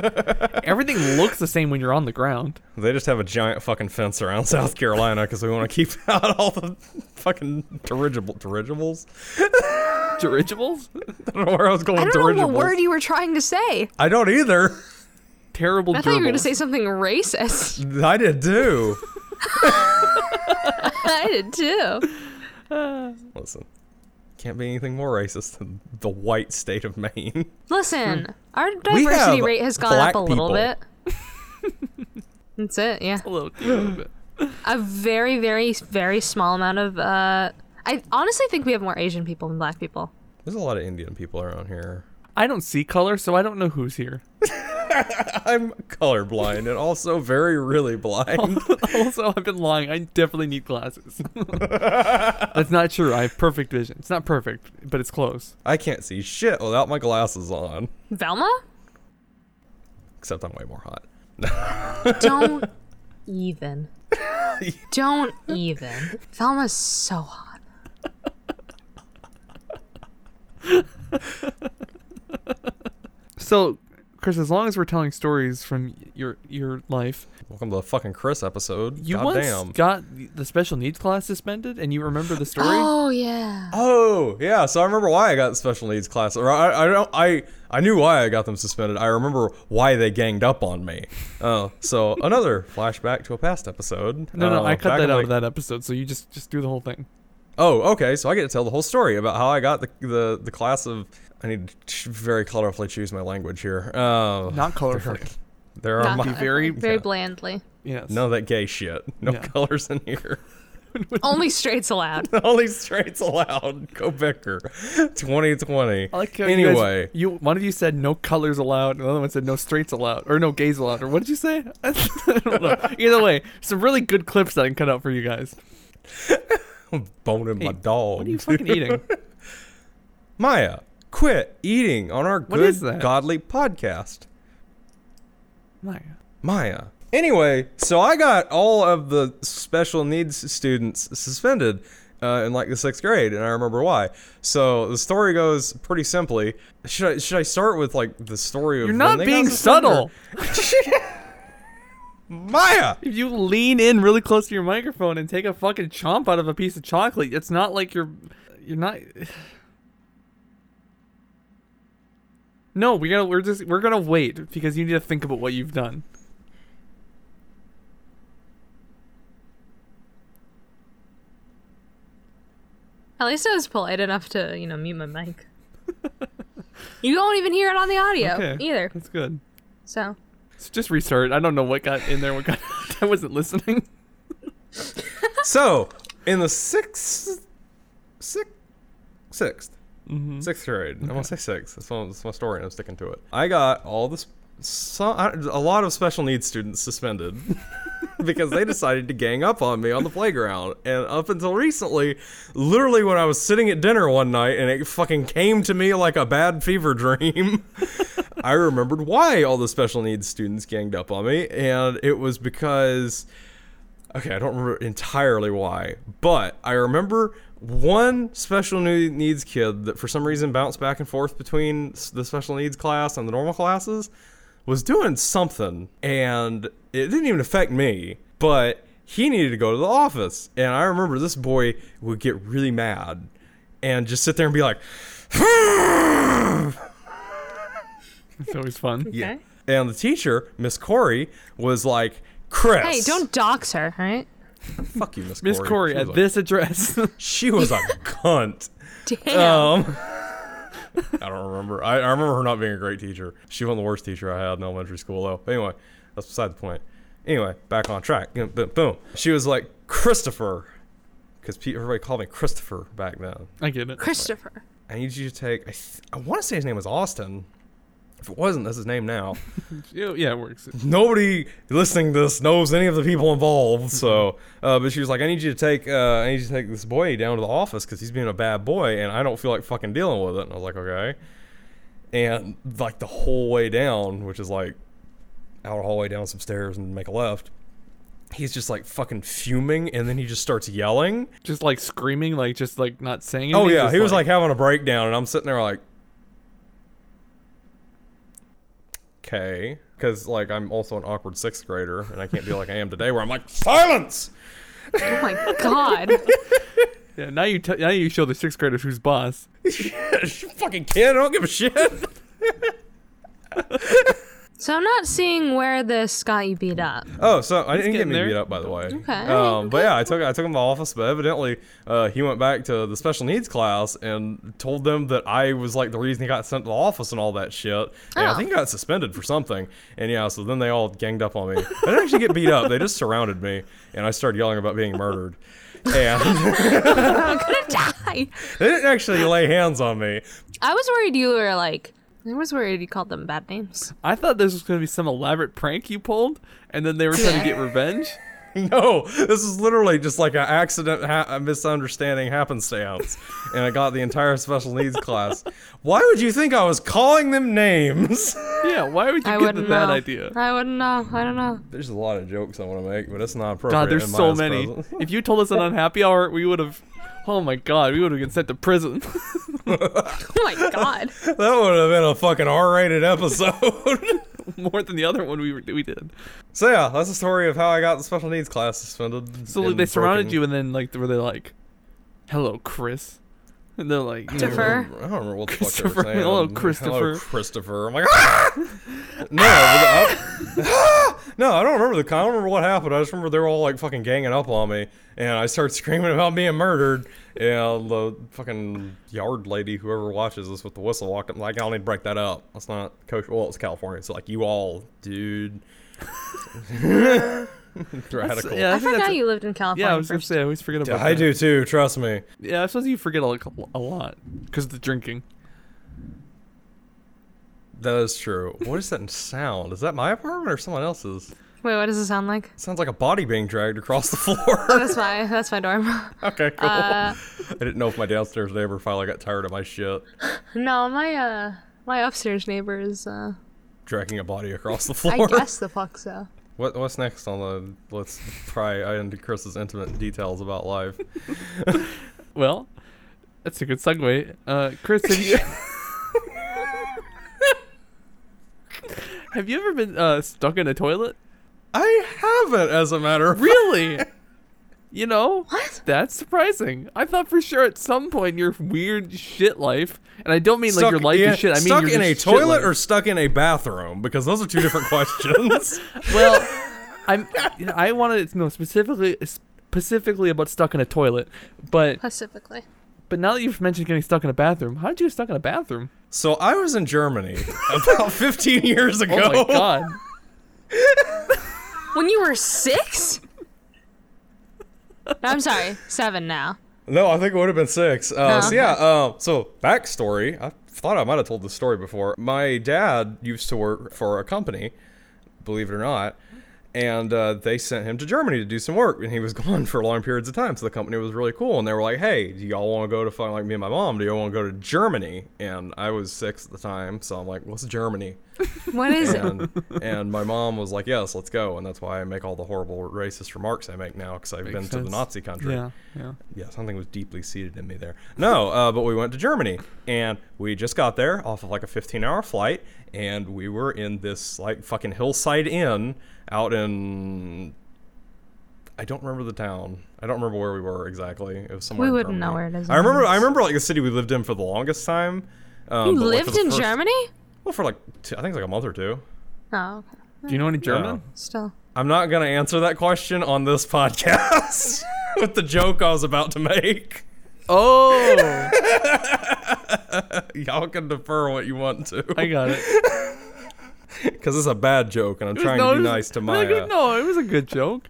A: everything looks the same when you're on the ground.
B: They just have a giant fucking fence around South Carolina because we want to keep out all the fucking dirigible dirigibles.
A: Dirigibles,
B: I don't know where I Oh, was going.
C: I don't know
B: dirigibles.
C: what word you were trying to say.
B: I don't either.
A: terrible.
C: I thought you were going to
A: gerbils.
C: say something racist.
B: I did too.
C: I did too.
B: Listen, can't be anything more racist than the white state of Maine.
C: Listen, our
B: Hmm. We
C: diversity
B: have
C: rate has gone
B: black
C: up a little
B: people.
C: bit. That's it, yeah.
A: a little, a little bit.
C: A very, very, very small amount of. Uh, I honestly think we have more Asian people than black people.
B: There's a lot of Indian people around here.
A: I don't see color, so I don't know who's here.
B: I'm colorblind and also very really blind.
A: also, I've been lying. I definitely need glasses. That's not true. I have perfect vision. It's not perfect, but it's close.
B: I can't see shit without my glasses on.
C: Velma?
B: Except I'm way more hot.
C: Don't even. Don't even. Velma's so hot.
A: So, Chris, as long as we're telling stories from your your life,
B: Welcome to the fucking Chris episode.
A: you once
B: Goddamn.
A: got the special needs class suspended, and you remember the story.
C: Oh yeah.
B: Oh yeah, so I remember why I got special needs class. Or I, I don't I I knew why I got them suspended. I remember why they ganged up on me. Oh, so another flashback to a past episode.
A: No, no,
B: Uh,
A: I cut
B: back
A: that
B: in,
A: out
B: like-
A: of that episode. So you just just do the whole thing.
B: Oh, okay, so I get to tell the whole story about how I got the the, the class of. I need to ch- very colorfully choose my language here. Uh,
A: Not colorful.
B: there are
C: Not
B: my,
A: be
C: gonna-
A: very-
C: very
B: yeah.
C: blandly.
A: yes.
B: no that gay shit. No
A: Yeah.
B: colors in here.
C: Only straights allowed.
B: Only straights allowed. Go Becker, 2020.
A: I like how you guys-
B: anyway.
A: you, one of you said no colors allowed, and the other one said no straights allowed, or no gays allowed, or what did you say? I don't know. Either way, some really good clips that I can cut out for you guys.
B: boning my
A: Hey,
B: dog.
A: What are you
B: dude.
A: fucking eating?
B: Maya, quit eating on our good
A: is that?
B: godly podcast.
A: Maya.
B: Maya. Anyway, so I got all of the special needs students suspended uh, in like the sixth grade, and I remember why. So the story goes pretty simply. Should I should I start with like the story of
A: You're
B: when
A: not
B: they got
A: being
B: suspended,
A: subtle.
B: or- Maya?
A: If you lean in really close to your microphone and take a fucking chomp out of a piece of chocolate, it's not like you're you're not No, we gotta. We're just. We're gonna wait because you need to think about what you've done.
C: At least I was polite enough to, you know, mute my mic. you don't even hear it on the audio
A: Okay.
C: Oh, either.
A: That's good.
C: So
A: So just restart. I don't know what got in there. What got? I wasn't listening.
B: So, in the sixth, sixth, sixth, sixth grade. I want to say six. That's my, that's my story, and I'm sticking to it. I got all this, so, I- a lot of special needs students suspended because they decided to gang up on me on the playground. And up until recently, literally when I was sitting at dinner one night, and it fucking came to me like a bad fever dream. I remembered why all the special needs students ganged up on me, and it was because okay, I don't remember entirely why, but I remember one special ne- needs kid that for some reason bounced back and forth between s- the special needs class and the normal classes was doing something, and it didn't even affect me, but he needed to go to the office. And I remember this boy would get really mad and just sit there and be like,
A: It's always fun.
C: okay.
B: and the teacher, Miss Corey, was like, Chris.
C: Hey, don't dox her, right?
B: fuck you, Miss
A: Miss Corey
B: Corey. She
A: at
B: was a-
A: this address.
B: She was a cunt.
C: Damn.
A: Oh.
B: Um, I don't remember. I, I remember her not being a great teacher. She wasn't the worst teacher I had in elementary school, though. But anyway, that's beside the point. Anyway, back on track. You know, Boom. boom. She was like, Christopher, because everybody called me Christopher back then.
A: I get it.
C: Christopher.
B: I need you to take, I, th- I want to say his name was Austin. If it wasn't, that's his name now.
A: Yeah, yeah, it works.
B: Nobody listening to this knows any of the people involved. So, uh, but she was like, "I need you to take, uh, I need you to take this boy down to the office because he's being a bad boy, and I don't feel like fucking dealing with it." And I was like, "Okay." And like the whole way down, which is like out a hallway down some stairs and make a left, he's just like fucking fuming, and then he just starts yelling.
A: Just like screaming, like just like not saying.
B: Oh
A: anything,
B: yeah,
A: just,
B: he was like having a breakdown, and I'm sitting there like, okay, because like I'm also an awkward sixth grader, and I can't be like I am today, where I'm like silence.
C: Oh my god.
A: Yeah, now you tell now you show the sixth graders who's boss.
B: You fucking kid, I don't give a shit.
C: so I'm not seeing where this got you beat up.
B: Oh, so I didn't get
A: getting
B: me
A: there.
B: beat up, by the way.
C: Okay,
B: Um, but yeah, I took I took him to the office, but evidently uh, he went back to the special needs class and told them that I was like the reason he got sent to the office and all that shit. And I
C: Oh.
B: think he got suspended for something. And yeah, so then they all ganged up on me. I didn't actually get beat up. They just surrounded me, and I started yelling about being murdered. And
C: I'm gonna die.
B: they didn't actually lay hands on me.
C: I was worried you were like. I was worried you called them bad names.
A: I thought this was gonna be some elaborate prank you pulled, and then they were trying to get revenge.
B: No, this is literally just like an accident, ha- a misunderstanding happenstance, and I got the entire special needs class. Why would you think I was calling them names?
A: Yeah, why would you
C: I
A: get the
C: wouldn't
A: bad
C: know.
A: idea?
C: I wouldn't know. I don't know.
B: There's a lot of jokes I want to make, but it's not appropriate.
A: God, there's
B: in my
A: so
B: ass
A: many.
B: presence.
A: if you told us an unhappy hour, we would have. Oh my God, we would have been sent to prison.
C: Oh my god.
B: that would have been a fucking R-rated episode.
A: More than the other one we were, we did.
B: so yeah, that's the story of how I got the special needs class suspended.
A: So like, they surrounded you, and then like were they like, "Hello, Chris," and they're like, you know,
C: Christopher.
B: I don't remember what the fuck they were
A: Christopher.
B: saying.
A: Hello,
B: I'm like,
A: Christopher.
B: Hello, Christopher. I'm like, ah! no, but I, "Ah!" no, I don't remember the. I don't remember what happened. I just remember they were all like fucking ganging up on me, and I started screaming about being murdered. And the fucking yard lady, whoever watches this with the whistle, walked up like, "I don't need to break that up. That's not coach. Well, it's California. It's like you all, dude." Radical.
A: Yeah, I,
C: I
A: think that's
C: forgot
A: a-
C: you lived in California.
A: Yeah, I was gonna
C: first.
A: say I always forget about.
B: I
A: that.
B: do too. Trust me.
A: Yeah, I suppose you forget a, couple, a lot because of the drinking.
B: That is true. What is that sound? Is that my apartment or someone else's?
C: Wait, what does it sound like?
B: Sounds like a body being dragged across the
C: Oh,
B: floor.
C: that's my that's my dorm.
A: Oh.
B: okay, cool.
C: Uh,
B: I didn't know if my downstairs neighbor finally got tired of my shit
C: no, my uh my upstairs neighbor is uh
B: dragging a body across the
C: I
B: floor.
C: guess the fuck so.
B: What what's next on the let's pry into Chris's intimate details about life.
A: Well, that's a good segue. Uh, Chris, have you, have you ever been uh, stuck in a toilet?
B: I haven't, as a matter of
A: Really? You know?
C: What?
A: That's surprising. I thought for sure at some point in your weird shit life, and I don't mean like your life
B: in,
A: is shit. I mean
B: stuck
A: your
B: in a
A: just shit
B: toilet
A: life.
B: or stuck in a bathroom because those are two different questions.
A: well, I'm. You know, I wanted to know specifically specifically about stuck in a toilet, but
C: Specifically.
A: but now that you've mentioned getting stuck in a bathroom, how did you get stuck in a bathroom?
B: So I was in Germany about 15 years ago.
A: Oh my god.
C: When you were six? I'm sorry, seven now.
B: No, I think it would have been six. Uh,
C: No.
B: So yeah. Uh, so backstory. I thought I might have told this story before. My dad used to work for a company, believe it or not, and uh, they sent him to Germany to do some work, and he was gone for long periods of time. So the company was really cool, and they were like, "Hey, do y'all want to go to fun like me and my mom? Do y'all want to go to Germany?" And I was six at the time, so I'm like, "What's Germany?"
C: What is it?
B: and, and my mom was like, "Yes, let's go," and that's why I make all the horrible racist remarks I make now because I've been to the
A: sense.
B: Nazi country
A: Yeah, yeah.
B: yeah, something was deeply seated in me there. No, uh, but we went to Germany and we just got there off of like a 15 hour flight and we were in this like fucking hillside inn out in. I don't remember the town. I don't remember where we were exactly. It was somewhere. in
C: wouldn't know
B: Germany.
C: where it is
B: I remember. I
C: otherwise.
B: remember like the city we lived in for the longest time. Um,
C: You
B: but, like, for
C: lived
B: the
C: in
B: first-
C: Germany?
B: Well, for like two, I think it's like a month or two.
C: Oh, okay.
A: Do you know any German?
B: Yeah.
C: Still.
B: I'm not gonna answer that question on this podcast with the joke I was about to make.
A: Oh,
B: Y'all can defer what you want to.
A: I got it.
B: Because it's a bad joke, and I'm trying
A: No,
B: to
A: it
B: be
A: was-
B: nice to uh,
A: no, it
B: Maya.
A: was- No, it was a good joke.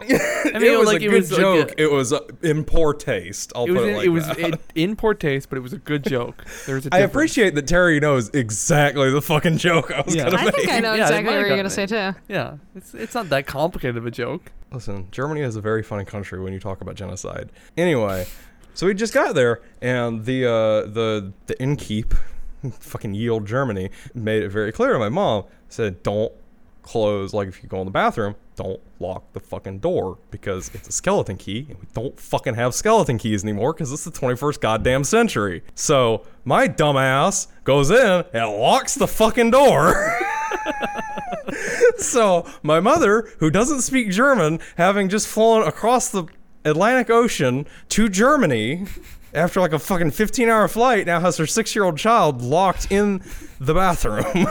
A: I
B: it was
A: like,
B: a good
A: was like
B: joke.
A: a-
B: it was uh, in poor taste. I'll
A: it was
B: put
A: in,
B: it like
A: it was
B: that.
A: in, in poor taste, but it was a good joke. There was a
B: I
A: difference.
B: appreciate that Terry knows exactly the fucking joke I was
A: Yeah.
B: gonna
A: I
C: I
B: make.
C: think I
A: Yeah,
C: know
A: it
C: exactly
A: might
C: what
A: have
C: you're going to say,
A: gotten
C: too.
A: Yeah, it's it's not that complicated of a joke.
B: Listen, Germany is a very funny country when you talk about genocide. Anyway, so we just got there, and the uh, the the innkeep, fucking ye old Germany, made it very clear to my mom. Said, "Don't close. Like if you go in the bathroom, don't lock the fucking door because it's a skeleton key, and we don't fucking have skeleton keys anymore because it's the 21st goddamn century." So my dumbass goes in and locks the fucking door. So my mother, who doesn't speak German, having just flown across the Atlantic Ocean to Germany after like a fucking 15 hour flight, now has her six year old child locked in the bathroom.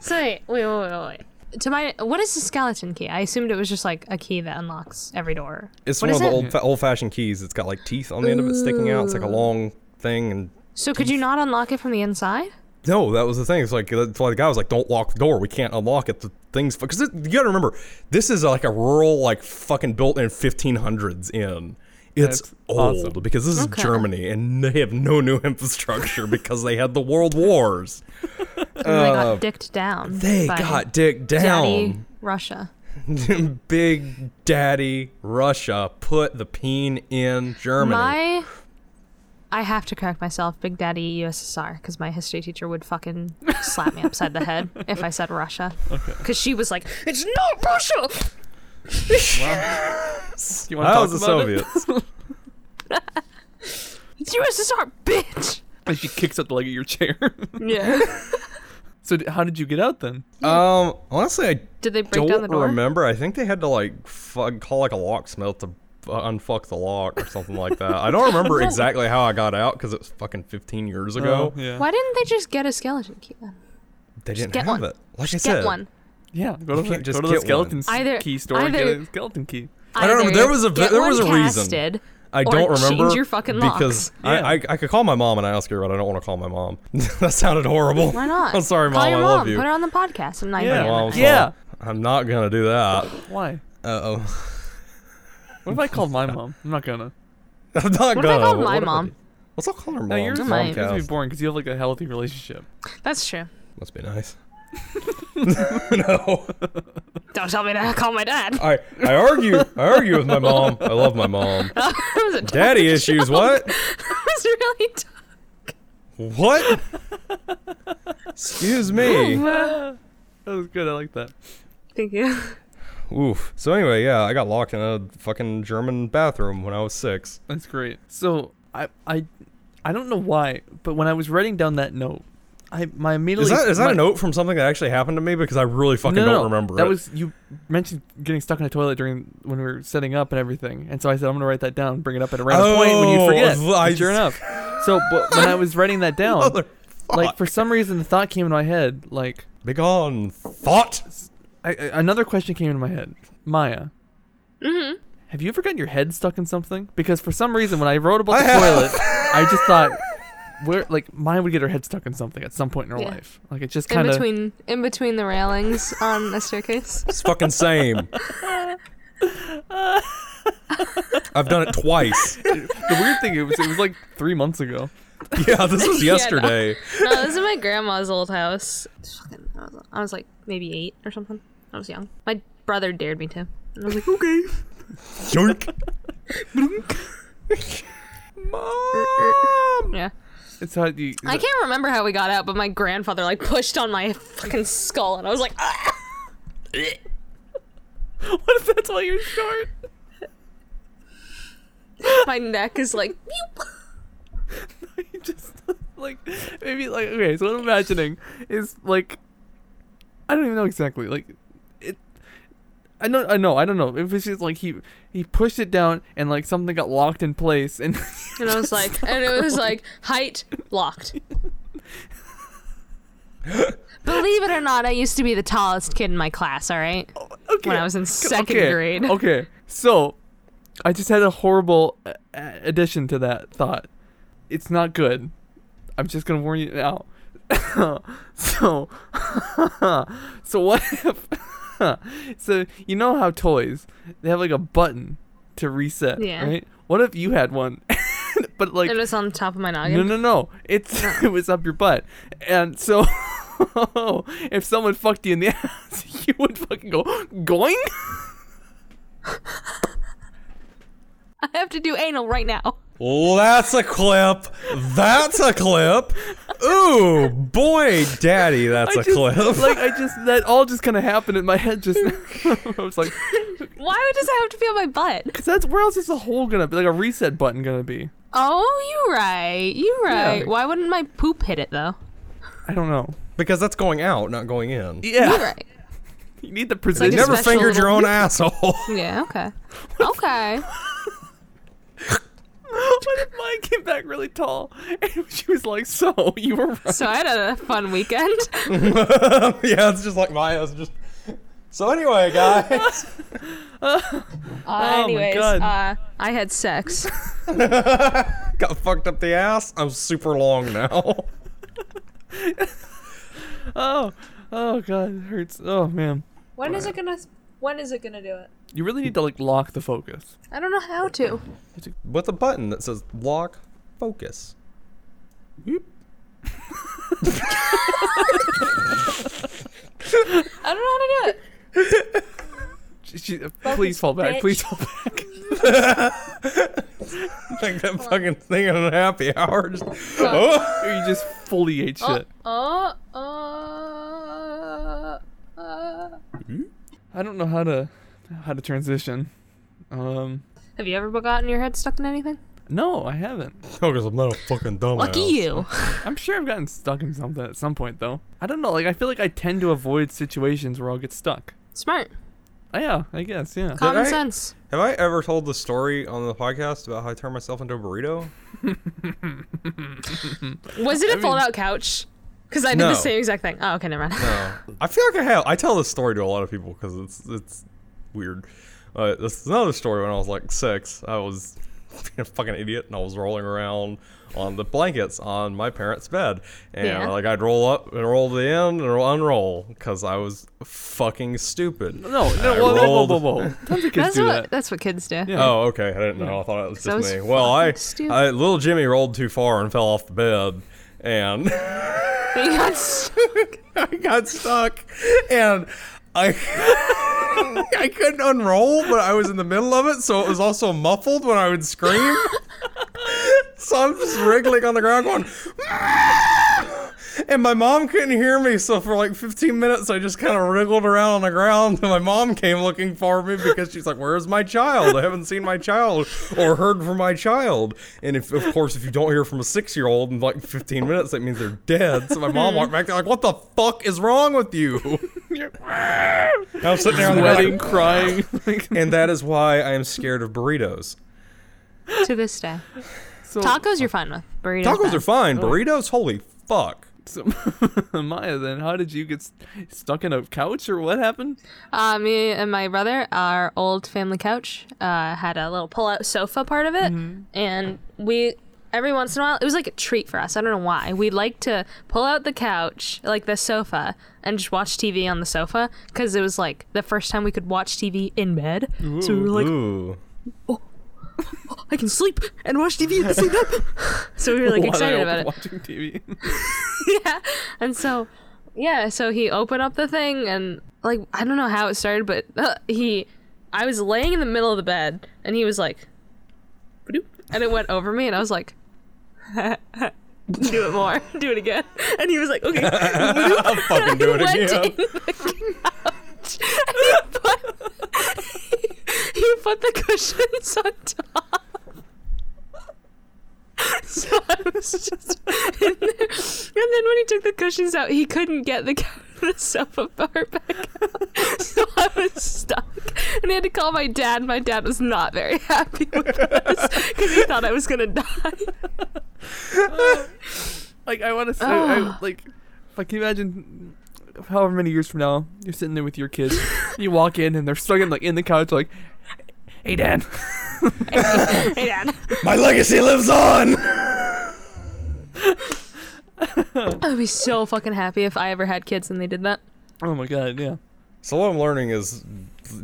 C: So, wait, wait, wait, wait, wait. To my, what is the skeleton key? I assumed it was just like a key that unlocks every door.
B: it's
C: What
B: one
C: is
B: of the
C: it?
B: old fa- old fashioned keys. It's got like teeth on the end of it sticking out. It's like a long thing and.
C: So could you not unlock it from the inside?
B: No, that was the thing. It's like that's why the guy was like, "Don't lock the door. We can't unlock it. The things because you got to remember, this is like a rural, like fucking built in 1500s inn. It's
A: That's
B: old
A: awesome.
B: because this is
C: Okay.
B: Germany and they have no new infrastructure because they had the world wars.
C: And they got dicked down.
B: Uh, They
C: by
B: got dick
C: Daddy
B: down.
C: Russia.
B: Big Daddy Russia put the peen in Germany.
C: My, I have to correct myself. Big Daddy USSR, because my history teacher would fucking slap me upside the head if I said Russia. Okay. Because she was like, "It's not Russia."
A: Do you want to
B: that
A: talk
B: was the
A: about it?
B: Soviets.
C: It's USSR, bitch.
A: And she kicks up the leg of your chair.
C: Yeah.
A: so d- how did you get out then?
B: um, honestly, I
C: Did they break
B: don't
C: down the door?
B: remember. I think they had to like fuck, call like a locksmith to uh, unfuck the lock or something like that. I don't remember exactly how I got out because it was fucking 15 years ago.
A: Oh, yeah.
C: Why didn't they just get a skeleton key then?
B: They didn't
C: get
B: have
C: one.
B: it. Like I
C: Just
B: said,
C: get one.
A: Yeah, go to,
B: You
A: the,
B: can't just
A: go to the
B: get one.
A: skeleton s-
C: Either-
A: key store and
C: either-
A: get a skeleton key.
B: I don't remember.
C: Either
B: There was a-
C: get
B: there was
C: one
B: a reason.
C: casted,
B: I
C: or
B: don't remember
C: Change your fucking locks.
B: because
A: Yeah.
B: I, I I could call my mom and ask her, but I don't want to call my mom. that sounded horrible.
C: Why not?
B: I'm sorry,
C: Call
B: mom.
C: your
B: I
C: mom.
B: love you.
C: Put her on the podcast. I'm not
A: Yeah.
C: even
A: Mom,
C: gonna-
B: Mom's
A: Yeah.
B: mom. I'm not gonna do that.
A: Why?
B: Uh oh.
A: What if I called my mom? I'm not gonna.
B: I'm not
C: What if
B: gonna.
C: I called
B: What
C: my
B: if I
C: mom?
B: do? Let's all call her mom.
A: No, yours
C: mom might.
A: yours would be
B: Momcast.
A: boring because you have like a healthy relationship.
C: That's true.
B: Must be nice. no.
C: Don't tell me to call my dad.
B: I, I argue I argue with my mom. I love my mom.
C: that was a that
B: Daddy issues. What?
C: was really tough.
B: What? Excuse me.
A: That was good. I like that.
C: Thank you.
B: Oof. So anyway, yeah, I got locked in a fucking German bathroom when I was six.
A: That's great. So I I I don't know why, but when I was writing down that note, I my immediately
B: Is that is that
A: my,
B: a note from something that actually happened to me? Because I really fucking
A: no, no,
B: don't
A: no.
B: remember
A: That
B: it.
A: was you mentioned getting stuck in a toilet during when we were setting up and everything, and so I said I'm gonna write that down, bring it up at a random point when you
B: Oh,
A: forget.
B: I-
A: And sure enough. So but when I was writing that down, um, like
B: Motherfuck.
A: for some reason the thought came in my head. Like
B: Begone thought.
A: I, I, another question came in my head, Maya.
C: hmm
A: Have you ever gotten your head stuck in something? Because for some reason, when I wrote about
B: I
A: the
B: have.
A: toilet, I just thought, where like mine would get her head stuck in something at some point in her
C: Yeah.
A: life. Like it just
C: In
A: kind of.
C: between, in between the railings on a staircase.
B: It's fucking same. I've done it twice.
A: The weird thing it was, it was like three months ago.
B: Yeah, this was
C: Yeah, no.
B: yesterday.
C: No, this is my grandma's old house. It's fucking- I was- I was like maybe eight or something. I was young. My brother dared me to. And I was like, okay.
B: Yoink. Mom.
C: Yeah.
A: It's how you.
C: I can't remember how we got out, but my grandfather like pushed on my fucking skull, and I was like, ah!
A: What if that's why you're short?
C: my neck is like, "Meow."
A: you just like maybe like okay. So what I'm imagining is like I don't even know exactly like it. I know, I know, I don't know. If it's just like he he pushed it down and like something got locked in place and
C: and I was like, and it was like height locked. Believe it or not, I used to be the tallest kid in my class. All right,
A: okay.
C: when I was in second
A: okay,
C: grade.
A: Okay, so I just had a horrible uh, uh, addition to that thought. It's not good. I'm just gonna warn you now. so, so what if? so you know how toys they have like a button to reset,
C: Yeah.
A: right? What if you had one, but like
C: It was on top of my noggin.
A: no, no, no. It's it was up your butt, and so if someone fucked you in the ass, you would fucking go going.
C: I have to do anal right now.
B: Well, that's a clip. That's a clip. Ooh, boy, daddy, that's a
A: just,
B: clip.
A: Like I just that all just kind of happened in my head just now. I was like,
C: Why does I have to feel my butt?
A: because that's where else is the hole gonna be? Like a reset button gonna be?
C: Oh, you right. You right.
A: Yeah.
C: Why wouldn't my poop hit it though?
A: I don't know.
B: because that's going out, not going in.
C: You
A: Yeah,
C: right.
A: you need the
B: You
A: precision.
C: like a
B: never
C: special
B: fingered your
C: little-
B: own asshole.
C: Yeah. Okay. Okay.
A: what if mine came back really tall? And she was like, "So you were right."
C: So I had a fun weekend.
B: yeah, it's just like Maya's just. So anyway, guys.
C: Uh,
A: my
C: anyways,
A: God.
C: uh, I had sex.
B: Got fucked up the ass. I'm super long now.
A: Oh, oh god, it hurts. Oh man,
C: When is it gonna? When is it gonna do it?
A: you really need to like lock the focus.
C: I don't know how to.
B: With a button that says lock focus.
C: I don't know how to do it.
A: She, uh, please fall back.
C: bitch.
A: Please fall back.
B: Like that fucking thing in a happy hour. Just,
A: Or you just fully ate shit.
C: Oh, uh, uh, uh.
A: I don't know how to how to transition. Um,
C: Have you ever gotten your head stuck in anything?
A: no, I haven't.
B: because I'm not a fucking dumbass.
C: Lucky you.
A: I'm sure I've gotten stuck in something at some point though. I don't know. Like I feel like I tend to avoid situations where I'll get stuck.
C: Smart.
A: Oh, yeah, I guess. Yeah.
C: Common
B: I-
C: sense.
B: Have I ever told the story on the podcast about how I turned myself into a burrito?
C: Was it a fold-out couch? Because I did
B: No.
C: the same exact thing. Oh, okay, never mind.
B: No. I feel like I have. I tell this story to a lot of people because it's it's weird. Uh, this is another story when I was like six. I was being a fucking idiot and I was rolling around on the blankets on my parents' bed. And
C: Yeah.
B: like I'd roll up and roll to the end and roll- unroll because I was fucking stupid.
A: No, no,
B: I
A: whoa, whoa,
B: rolled-
A: whoa, whoa, whoa. Tons of kids
C: That's
A: do
C: what
A: that.
C: that's what kids do.
A: Yeah.
B: Oh, okay. I didn't know. I thought it was
C: So
B: just
C: it's
B: me. Well, I,
C: fucking stupid.
B: I little Jimmy rolled too far and fell off the bed, and
C: You got s-
B: I got stuck, and I I couldn't unroll, but I was in the middle of it, so it was also muffled when I would scream. so I'm just wriggling on the ground, going. and my mom couldn't hear me. So for like 15 minutes, I just kind of wriggled around on the ground. And my mom came looking for me because she's like, "Where's my child? I haven't seen my child or heard from my child." And if, of course, if you don't hear from a six-year-old in like 15 minutes, that means they're dead. So my mom walked back there like, "What the fuck is wrong with you?" And I'm sitting there on the ground,
A: Sweating,
B: like,
A: crying. like,
B: and that is why I am scared of burritos.
C: to this day.
A: so,
C: Tacos you're fine with. Burritos.
B: Tacos
C: bad.
B: are fine. Burritos, holy fuck.
A: so Maya, then how did you get s- stuck in a couch or what happened?
C: Uh, me and my brother, our old family couch, uh, had a little pull-out sofa part of it, and we every once in a while it was like a treat for us. I don't know why we like to pull out the couch, like the sofa, and just watch TV on the sofa because it was like the first time we could watch TV in bed. so we were like,
B: Ooh.
C: I can sleep and watch TV at the same time. so we were like
A: While I
C: excited
A: was
C: about it.
A: Watching TV.
C: yeah. And so, yeah, so he opened up the thing and, like, I don't know how it started, but uh, he, I was laying in the middle of the bed and he was like, "Badoop," and it went over me and I was like, do it more, do it again. And he was like, okay.
B: I'll fucking do it
C: went
B: again.
C: in the couch. And he put, he put the cushions on top. So I was just in there. And then when he took the cushions out, he couldn't get the, cou- the sofa part back out. So I was stuck. And I had to call my dad. My dad was not very happy with us because he thought I was going to die.
A: Like I want to say,
C: Ugh.
A: I, like if I can imagine, however many years from now, you're sitting there with your kids, you walk in and they're stuck in like in the couch, like, "Hey, Dad."
C: Hey, Dad.
B: My legacy lives on.
C: I would be so fucking happy if I ever had kids and they did that.
A: oh my god, yeah,
B: So what I'm learning is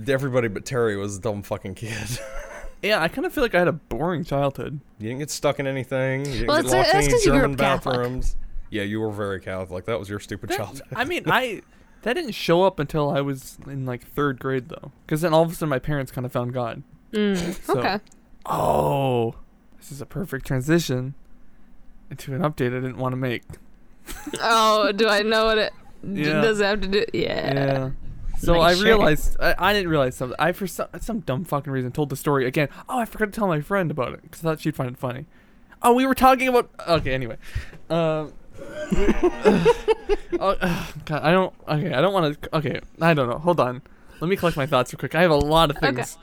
B: everybody but Terry was a dumb fucking kid.
A: yeah. I kind of feel like I had a boring childhood.
B: You didn't get stuck in anything. You didn't
C: Well,
B: get
C: it's-
B: locked
C: that's
B: in any
C: 'cause you grew
B: German
C: up Catholic.
B: bathrooms. Yeah, you were very Catholic. That was your stupid
A: That,
B: childhood.
A: I mean, I that didn't show up until I was in like third grade though, because then all of a sudden my parents kind of found God. So-
C: Mm. Okay.
A: Oh, this is a perfect transition into an update I didn't want to make.
C: Oh, do I know what it d-
A: Yeah.
C: does it have to do? Yeah.
A: Yeah. So
C: Like,
A: I
C: sure.
A: realized I, I didn't realize something. I for some, some dumb fucking reason told the story again. Oh, I forgot to tell my friend about it because I thought she'd find it funny. Oh, we were talking about okay. Anyway, um, oh, ugh, God, I don't okay. I don't want to okay. I don't know. Hold on. Let me collect my thoughts real quick. I have a lot of
C: Okay.
A: things.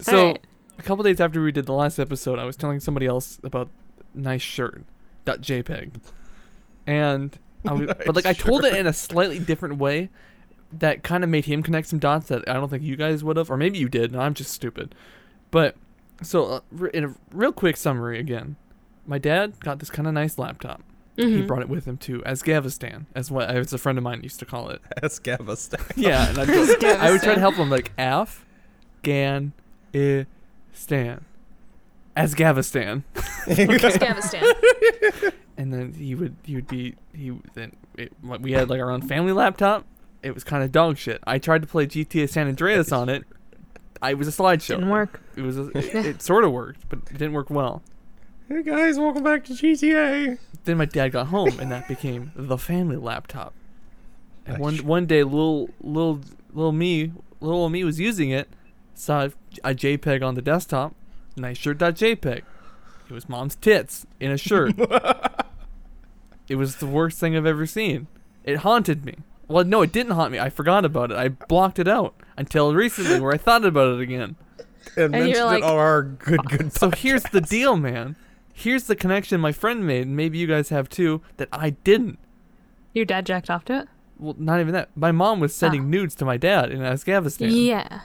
A: So
C: Alright.
A: a couple days after we did the last episode, I was telling somebody else about nice shirt dot jpeg, and I was, but like I told it in a slightly different way that kind of made him connect some dots that I don't think you guys would have, or maybe you did, and I'm just stupid. But so, uh, re- in a real quick summary again, my dad got this kind of nice laptop.
C: Mm-hmm.
A: He brought it with him to Asgavastan, as what as a friend of mine used to call it.
B: That's Gavastan.
A: Yeah, and I, just, I would try to help him like Af, Gan, I, Stan, Asgavastan,
C: Afghanistan.
A: and then he would he would be he would- then it, we had like our own family laptop. It was kind of dog shit. I tried to play GTA San Andreas on it. I it was a slideshow.
C: Didn't work.
A: It was a, it, it sort of worked, but it didn't work well.
B: Hey guys, welcome back to GTA.
A: then my dad got home and that became the family laptop. And one
B: Nice.
A: one day little little little me little old me was using it, saw a JPEG on the desktop, nice shirt.jpg. It was mom's tits in a shirt. it was the worst thing I've ever seen. It haunted me. Well, no, it didn't haunt me. I forgot about it. I blocked it out until recently, where I thought about it again.
B: And,
C: you're
B: mentioned
C: like-
B: it on our good good.
A: So here's the deal, man. Here's the connection my friend made, and maybe you guys have too, that I didn't.
C: Your dad jacked off to it?
A: well, not even that. My mom was sending
C: Oh.
A: nudes to my dad in Afghanistan.
C: Yeah.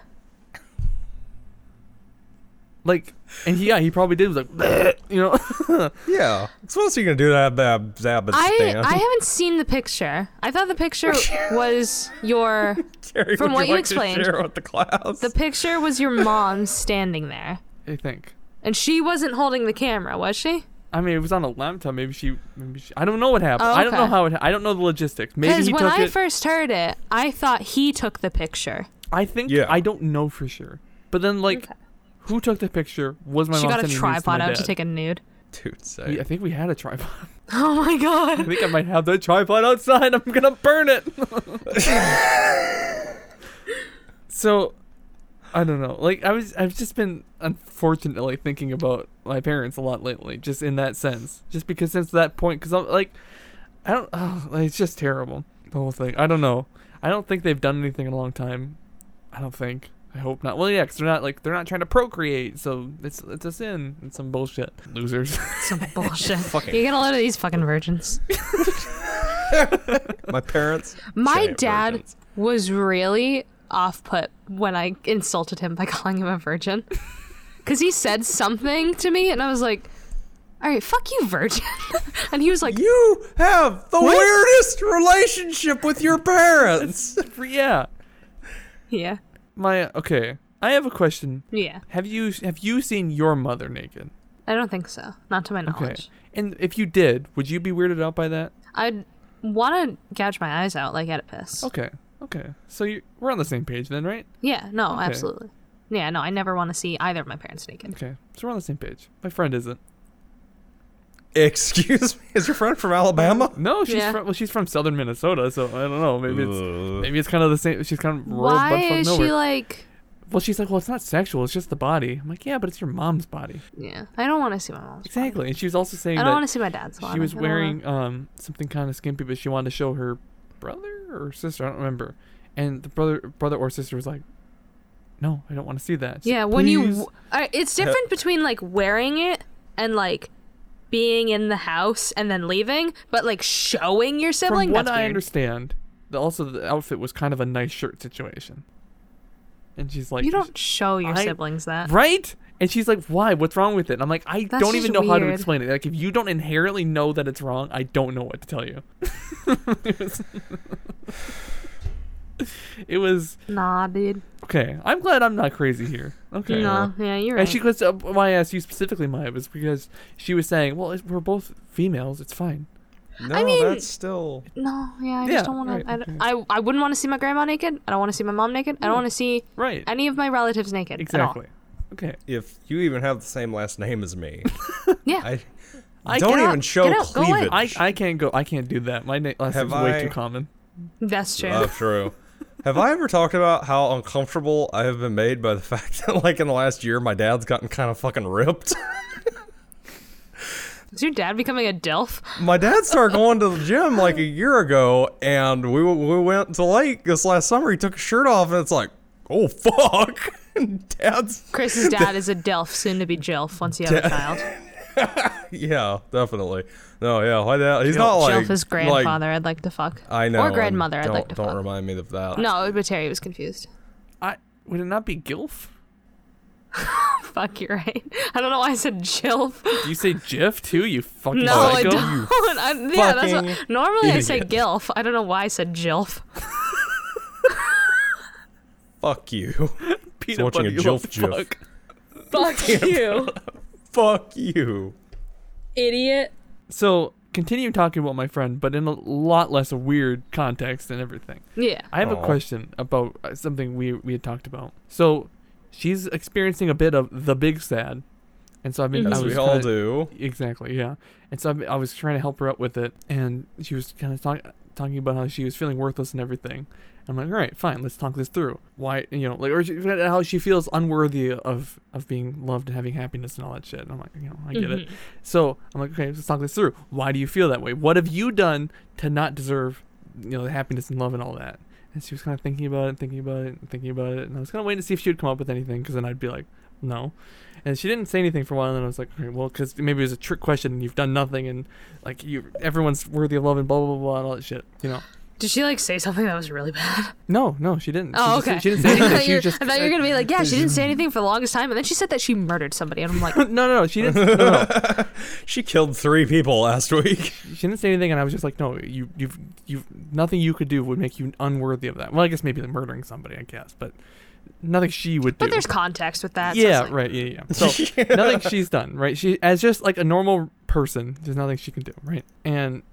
A: Like, and he, yeah, he probably did. Was like, "Bleh," you know,
B: Yeah. So what else are you gonna do that bab zab
C: I I haven't seen the picture. I thought the picture was your
B: Terry,
C: from
B: would
C: what you
B: like
C: explained,
B: to share with the class?
C: the picture was your mom standing there.
A: I think.
C: And she wasn't holding the camera, was she?
A: I mean, it was on a laptop. Maybe she, maybe she. I don't know what happened.
C: Oh,
A: I don't know
C: okay.
A: how it. I don't know the logistics. Maybe
C: Because
A: he
C: when
A: took
C: I
A: it.
C: first heard it, I thought he took the picture.
A: I think.
B: Yeah.
A: I don't know for sure. But then, like,
C: Okay.
A: who took the picture? Was my
C: She
A: mom
C: got a
A: sending nudes to my
C: tripod out to
A: dad?
C: take a nude.
B: Dude, say.
A: We- I think we had a tripod.
C: Oh my
A: I
C: god.
A: think I might have the tripod outside. I'm gonna burn it. so, I don't know. Like I was, I've just been unfortunately thinking about my parents a lot lately, just in that sense, just because since that point, because I'm like, I don't. Oh, like, it's just terrible. The whole thing. I don't know. I don't think they've done anything in a long time. I don't think. I hope not. Well, yeah, because they're not like they're not trying to procreate, so it's it's a sin. It's some bullshit. Losers.
C: Some bullshit. you get a lot of these fucking virgins.
B: My parents.
C: My
B: giant
C: dad
B: virgins.
C: was really off put when I insulted him by calling him a virgin. Because he said something to me, and I was like, all right, fuck you, virgin. and he was like,
B: You have the weirdest relationship with your parents.
A: yeah.
C: yeah,
A: My okay. I have a question.
C: yeah.
A: Have you have you seen your mother naked?
C: I don't think so. Not to my
A: Okay.
C: knowledge.
A: And if you did, would you be weirded out by that?
C: I'd want to gouge my eyes out like Oedipus.
A: Okay. Okay. So you we're on the same page then, right?
C: Yeah, no, absolutely. Yeah, no, I never want to see either of my parents naked.
A: Okay. So we're on the same page. My friend isn't.
B: Excuse me, is your friend from Alabama?
A: No, she's
C: Yeah.
A: from well, she's from southern Minnesota, so I don't know. Maybe it's
B: Ugh.
A: maybe it's kind of the same. She's kind of rural,
C: Why
A: but from
C: is
A: nowhere.
C: she like,
A: well, she's like, well, it's not sexual. It's just the body. I'm like, yeah, but it's your mom's body.
C: yeah, I don't want to see my mom's.
A: Exactly. And she was also saying
C: I don't
A: that
C: want to see my dad's one.
A: she was
C: I don't wanna-
A: wearing um something kind of skimpy, but she wanted to show her brother or sister. I don't remember. And the brother, brother or sister was like, "No, I don't want to see that." She's
C: Yeah,
A: like,
C: when
A: "Please."
C: you uh, it's different between like wearing it and like being in the house and then leaving, but like showing your
A: from
C: sibling.
A: what
C: that's
A: I
C: weird.
A: understand, the, also the outfit was kind of a nice shirt situation. And she's like,
C: you don't show your
A: I-
C: siblings that.
A: right?" And she's like, "Why? What's wrong with it?" And I'm like, "I
C: That's
A: don't even know
C: just
A: how to
C: weird.
A: explain it. Like, if you don't inherently know that it's wrong, I don't know what to tell you." it was. it was
C: Nah, dude.
A: okay. I'm glad I'm not crazy here. Okay.
C: Nah, yeah, you're right.
A: And she goes, uh, why I asked you specifically, Maya, was because she was saying, well, it's- we're both females, it's fine.
B: No,
C: I mean-
B: that's still.
C: no, yeah, I
A: Yeah,
C: just don't want
A: right, Hmm.
C: to. I, I, I wouldn't want to see my grandma naked. I don't want to see my mom naked. I don't want to see
A: Right.
C: any of my relatives naked. at all.
A: exactly. Okay.
B: If you even have the same last name as me,
C: Yeah.
B: I,
A: I
B: don't
A: get
B: even
A: out,
B: show
C: get out, go away.
B: cleavage.
A: I, I can't go, I can't do that. My na- last
B: Have
A: name's way
B: I-
A: too common.
C: That's true.
B: Oh, true. Have I ever talked about how uncomfortable I have been made by the fact that, like, in the last year, my dad's gotten kind of fucking ripped?
C: Is your dad becoming a DILF?
B: My dad started going to the gym like a year ago, and we we went to Lake this last summer. He took his shirt off, and it's like, oh fuck, dad's
C: Chris's dad is a DILF, soon to be JILF once you have a child.
B: yeah, definitely. No, yeah, my dad. He's not like
C: JILF is
B: like-
C: grandfather, I'd like to fuck.
B: I know.
C: Or
B: and
C: grandmother, I'd
B: don't-
C: like to
B: Don't
C: fuck.
B: remind me of that.
C: No, but Terry was confused.
A: I Would it not be GILF?
C: Fuck, you're right. I don't know why I said Jilf.
A: Do you say GIF too, you fucking
C: No, Oh, I
A: psycho?
C: don't. I, yeah, that's
B: fucking
C: what, normally I say
B: idiot.
C: Gilf. I don't know why I said Jilf.
B: Fuck you.
A: Peanut
B: watching
A: butter,
B: a
A: you little
B: GILF GIF.
A: fuck.
C: Fuck you,
B: fuck you.
C: idiot.
A: So, continue talking about my friend, but in a lot less weird context and everything.
C: Yeah.
A: I have
B: Aw.
A: a question about uh, something we we had talked about. So, she's experiencing a bit of the big sad, and so I've been. I
B: As
A: was
B: we all
A: kinda-
B: do.
A: Exactly, yeah. And so I've, I was trying to help her out with it, and she was kind of talk, talking about how she was feeling worthless and everything. I'm like, all right, fine, let's talk this through. Why, you know, like, or she, how she feels unworthy of of being loved and having happiness and all that shit. And I'm like, you know, I get
C: Mm-hmm.
A: it. So I'm like, okay, let's talk this through. Why do you feel that way? What have you done to not deserve, you know, the happiness and love and all that? And she was kind of thinking about it, thinking about it, and thinking about it. And I was kind of waiting to see if she would come up with anything, because then I'd be like, no. And she didn't say anything for a while, and then I was like, okay, well, because maybe it was a trick question, and you've done nothing, and like you, everyone's worthy of love, and blah blah blah, blah and all that shit, you know.
C: Did she like say something that was really bad?
A: No, no, she didn't.
C: Oh,
A: she
C: okay.
A: Just, she didn't say
C: I
A: anything.
C: thought
A: she
C: you
A: was just.
C: I thought you were gonna be like, yeah, she didn't say anything for the longest time, and then she said that she murdered somebody, and I'm like,
A: no, no, no, she didn't. No, no,
B: She killed three people last week.
A: she didn't say anything, and I was just like, no, you, you've, you've, nothing you could do would make you unworthy of that. Well, I guess maybe like murdering somebody, I guess, but nothing she would do.
C: but there's context with that. so it's
A: yeah,
C: like-
A: right, yeah, yeah. So nothing she's done, right? She as just like a normal person, there's nothing she can do, right? And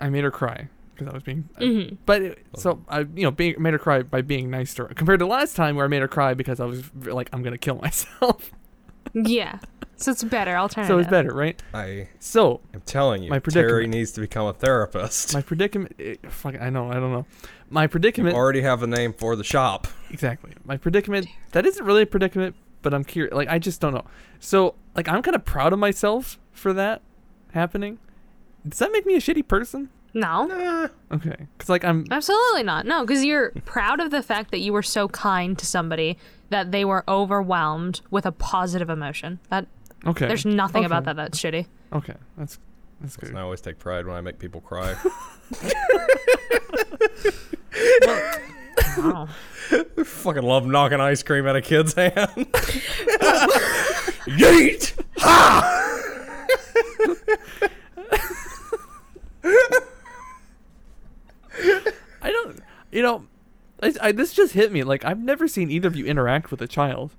A: I made her cry because I was being,
C: Mm-hmm.
A: but it, so I, you know, being, made her cry by being nice to her compared to last time where I made her cry because I was like, I'm gonna kill myself.
C: Yeah. So it's better alternative.
A: So it's better, right?
B: I
A: So
B: am telling you,
A: My
B: Terry
A: predicament.
B: needs to become a therapist.
A: my predicament. eh, fuck, I know, I don't know. My predicament.
B: Already have a name for the shop.
A: exactly. My predicament. That isn't really a predicament, but I'm curious. Like I just don't know. So like I'm kind of proud of myself for that happening. Does that make me a shitty person?
C: No,
B: Nah,
A: Okay, because like I'm
C: Uh, absolutely not. No, because you're proud of the fact that you were so kind to somebody that they were overwhelmed with a positive emotion. That
A: okay.
C: there's nothing
A: Okay.
C: about that that's shitty.
A: Okay, that's that's good.
B: I always take pride when I make people cry.
C: Wow.
B: Fucking love knocking ice cream out of kid's hand. Yeet!
A: I don't. You know, I, I, this just hit me. Like I've never seen either of you interact with a child.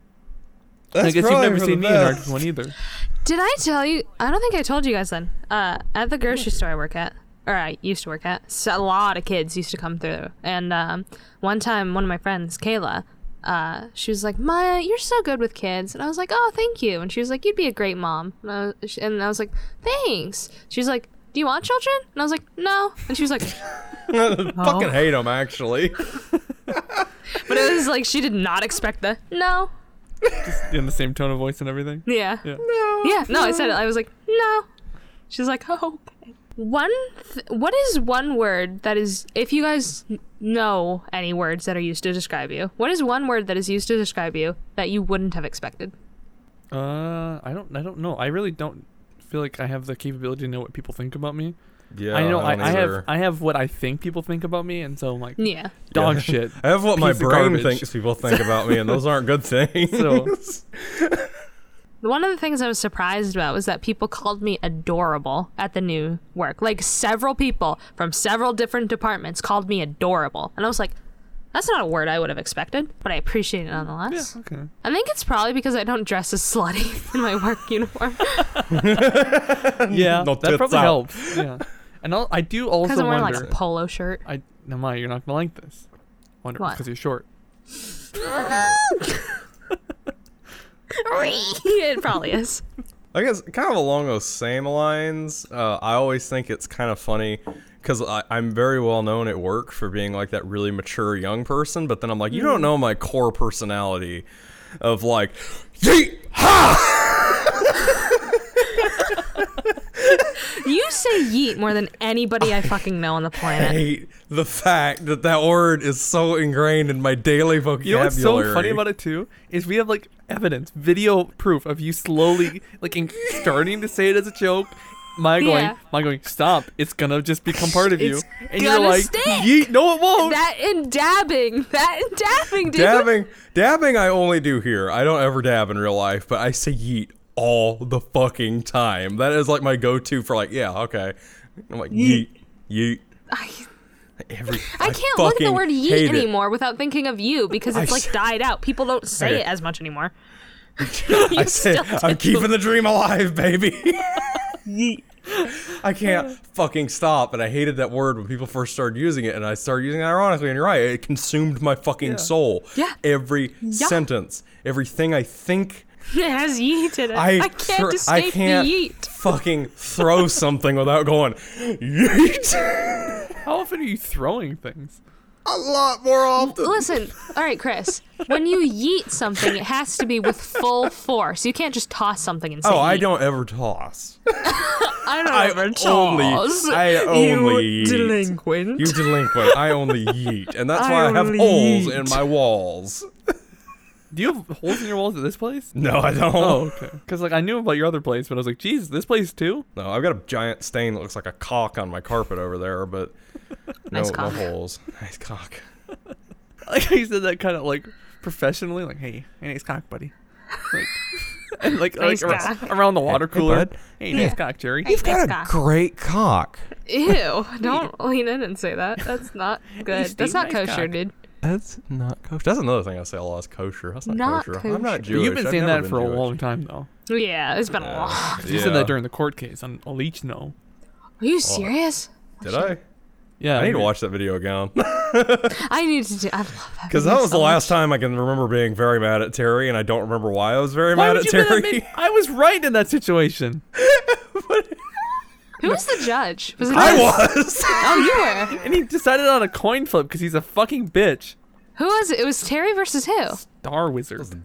B: That's
A: I guess you've
B: probably
A: never
B: for the
A: seen me interact
B: best.
A: with one either.
C: Did I tell you? I don't think I told you guys then. Uh, at the grocery store I work at, or I used to work at, s a a lot of kids used to come through. And um, one time, one of my friends, Kayla, uh, she was like, "Maya, you're so good with kids," and I was like, "Oh, thank you." And she was like, "You'd be a great mom," and I was, and I was like, "Thanks." She was like, "Do you want children?" And I was like, "No." And she was like,
B: Fucking hate them, actually.
C: "But it was like she did not expect the no."
A: In the same tone of voice and everything.
C: Yeah.
A: Yeah.
C: Yeah, no, I said it. I was like, no. She's like, oh, okay. One, th- what is one word that is, if you guys n- know any words that are used to describe you, what is one word that is used to describe you that you wouldn't have expected?
A: Uh, I don't. I don't know. I really don't feel like I have the capability to know what people think about me.
B: Yeah,
A: I know. I,
B: don't
A: I have.
B: either.
A: I have what I think people think about me, and so I'm like
C: Yeah.
A: dog
B: Yeah.
A: shit.
B: I have what my
A: piece of
B: brain
A: garbage.
B: thinks people think about me, and those aren't good things.
A: So
C: One of the things I was surprised about was that people called me adorable at the new work. Like, several people from several different departments called me adorable. And I was like, that's not a word I would have expected, but I appreciate it nonetheless.
A: yeah. Okay.
C: I think it's probably because I don't dress as slutty in my work uniform.
A: Yeah.
B: No
A: that
B: tits
A: probably
B: out.
A: helps. Yeah. And I'll, I do
C: Because
A: also
C: I'm wearing like
A: wonder.
C: a polo shirt.
A: I no, Maya, you're not gonna like this. Wonder
C: What?
A: because you're short.
C: it probably is.
B: I guess kind of along those same lines, uh, I always think it's kind of funny because I'm very well known at work for being like that really mature young person, but then I'm like, you
A: Hmm.
B: don't know my core personality of like, yeet,
C: You say yeet more than anybody I fucking know on the planet.
B: hate the fact that that word is so ingrained in my daily vocabulary.
A: You know what's so funny about it too is we have like evidence, video proof of you slowly like in- starting to say it as a joke. My
C: Yeah.
A: going, my going, stop! It's gonna just become part of you,
C: It's
A: and you're
C: gonna
A: like,
C: stick.
A: yeet, no, it won't.
C: That and dabbing. That and dabbing, dude.
B: dabbing? Dabbing, I only do here. I don't ever dab in real life, but I say yeet all the fucking time. That is like my go-to for like, yeah, okay. I'm like yeet, yeet.
C: I,
B: Every,
C: I can't look at the
B: fucking
C: word
B: hate it.
C: yeet anymore without thinking of you because it's
B: I
C: like
B: s-
C: died out. People don't say
B: Okay.
C: it as much anymore.
B: I said,
C: still
B: I'm
C: do.
B: keeping the dream alive, baby. I can't fucking stop, and I hated that word when people first started using it, and I started using it ironically. And you're right, it consumed my fucking soul.
C: Yeah.
B: Every sentence, everything I think.
C: It has yeet in it.
B: I,
C: I, can't
B: thr-
C: escape
B: I can't
C: the yeet.
B: fucking throw something without going yeet
A: How often are you throwing things?
B: a lot more often.
C: Listen, all right, Chris. When you yeet something, it has to be with full force. You can't just toss something and say.
B: Oh, I
C: yeet.
B: don't ever toss.
C: I don't
B: I
C: ever
B: only-
C: toss.
B: I only
C: you
B: yeet.
C: delinquent.
B: You delinquent. I only yeet, and that's
C: I
B: why I have
C: only
B: holes
C: yeet.
B: in my walls.
A: Do you have holes in your walls at this place?
B: No, I don't.
A: Oh, okay. Because like I knew about your other place, but I was like, geez, this place too.
B: No, I've got a giant stain that looks like a cock on my carpet over there, but no,
C: Nice
B: no
C: cock.
B: holes. Nice cock.
A: Like I said that kind of like professionally, like, hey, hey, nice cock, buddy. Like, and like,
C: Nice
A: like ar-
C: cock.
A: around the water
B: hey,
A: cooler.
B: bud.
A: Hey, nice cock, Jerry.
C: You've
B: Got a great cock.
C: Ew! Don't lean in and say that. That's not good.
A: Steve,
C: That's not
A: nice
C: kosher,
A: cock.
C: dude.
B: That's not kosher. That's another thing I say a lot is kosher. That's not,
C: Not
B: kosher. I'm not
C: kosher.
B: Jewish.
A: You've been
B: I've
A: saying that
B: never been
A: for
B: Jewish.
A: a long time though.
C: Yeah, it's been a while.
A: You said that during the court case on Leech No.
C: Are you serious?
B: Did I?
A: Yeah.
B: I need to
A: you-
B: watch that video again.
C: I need to do. I love
B: Because that was the last time I can remember being very mad at Terry, and I don't remember why I was very
A: Why
B: mad
A: would
B: at
A: you be that
B: Terry.
A: mad? I was right in that situation.
C: Who was the judge? Was it
B: I
C: us?
B: was.
C: Oh, you were.
A: And he decided on a coin flip because he's a fucking bitch.
C: Who was it? It was Terry versus who?
A: Star Wizard.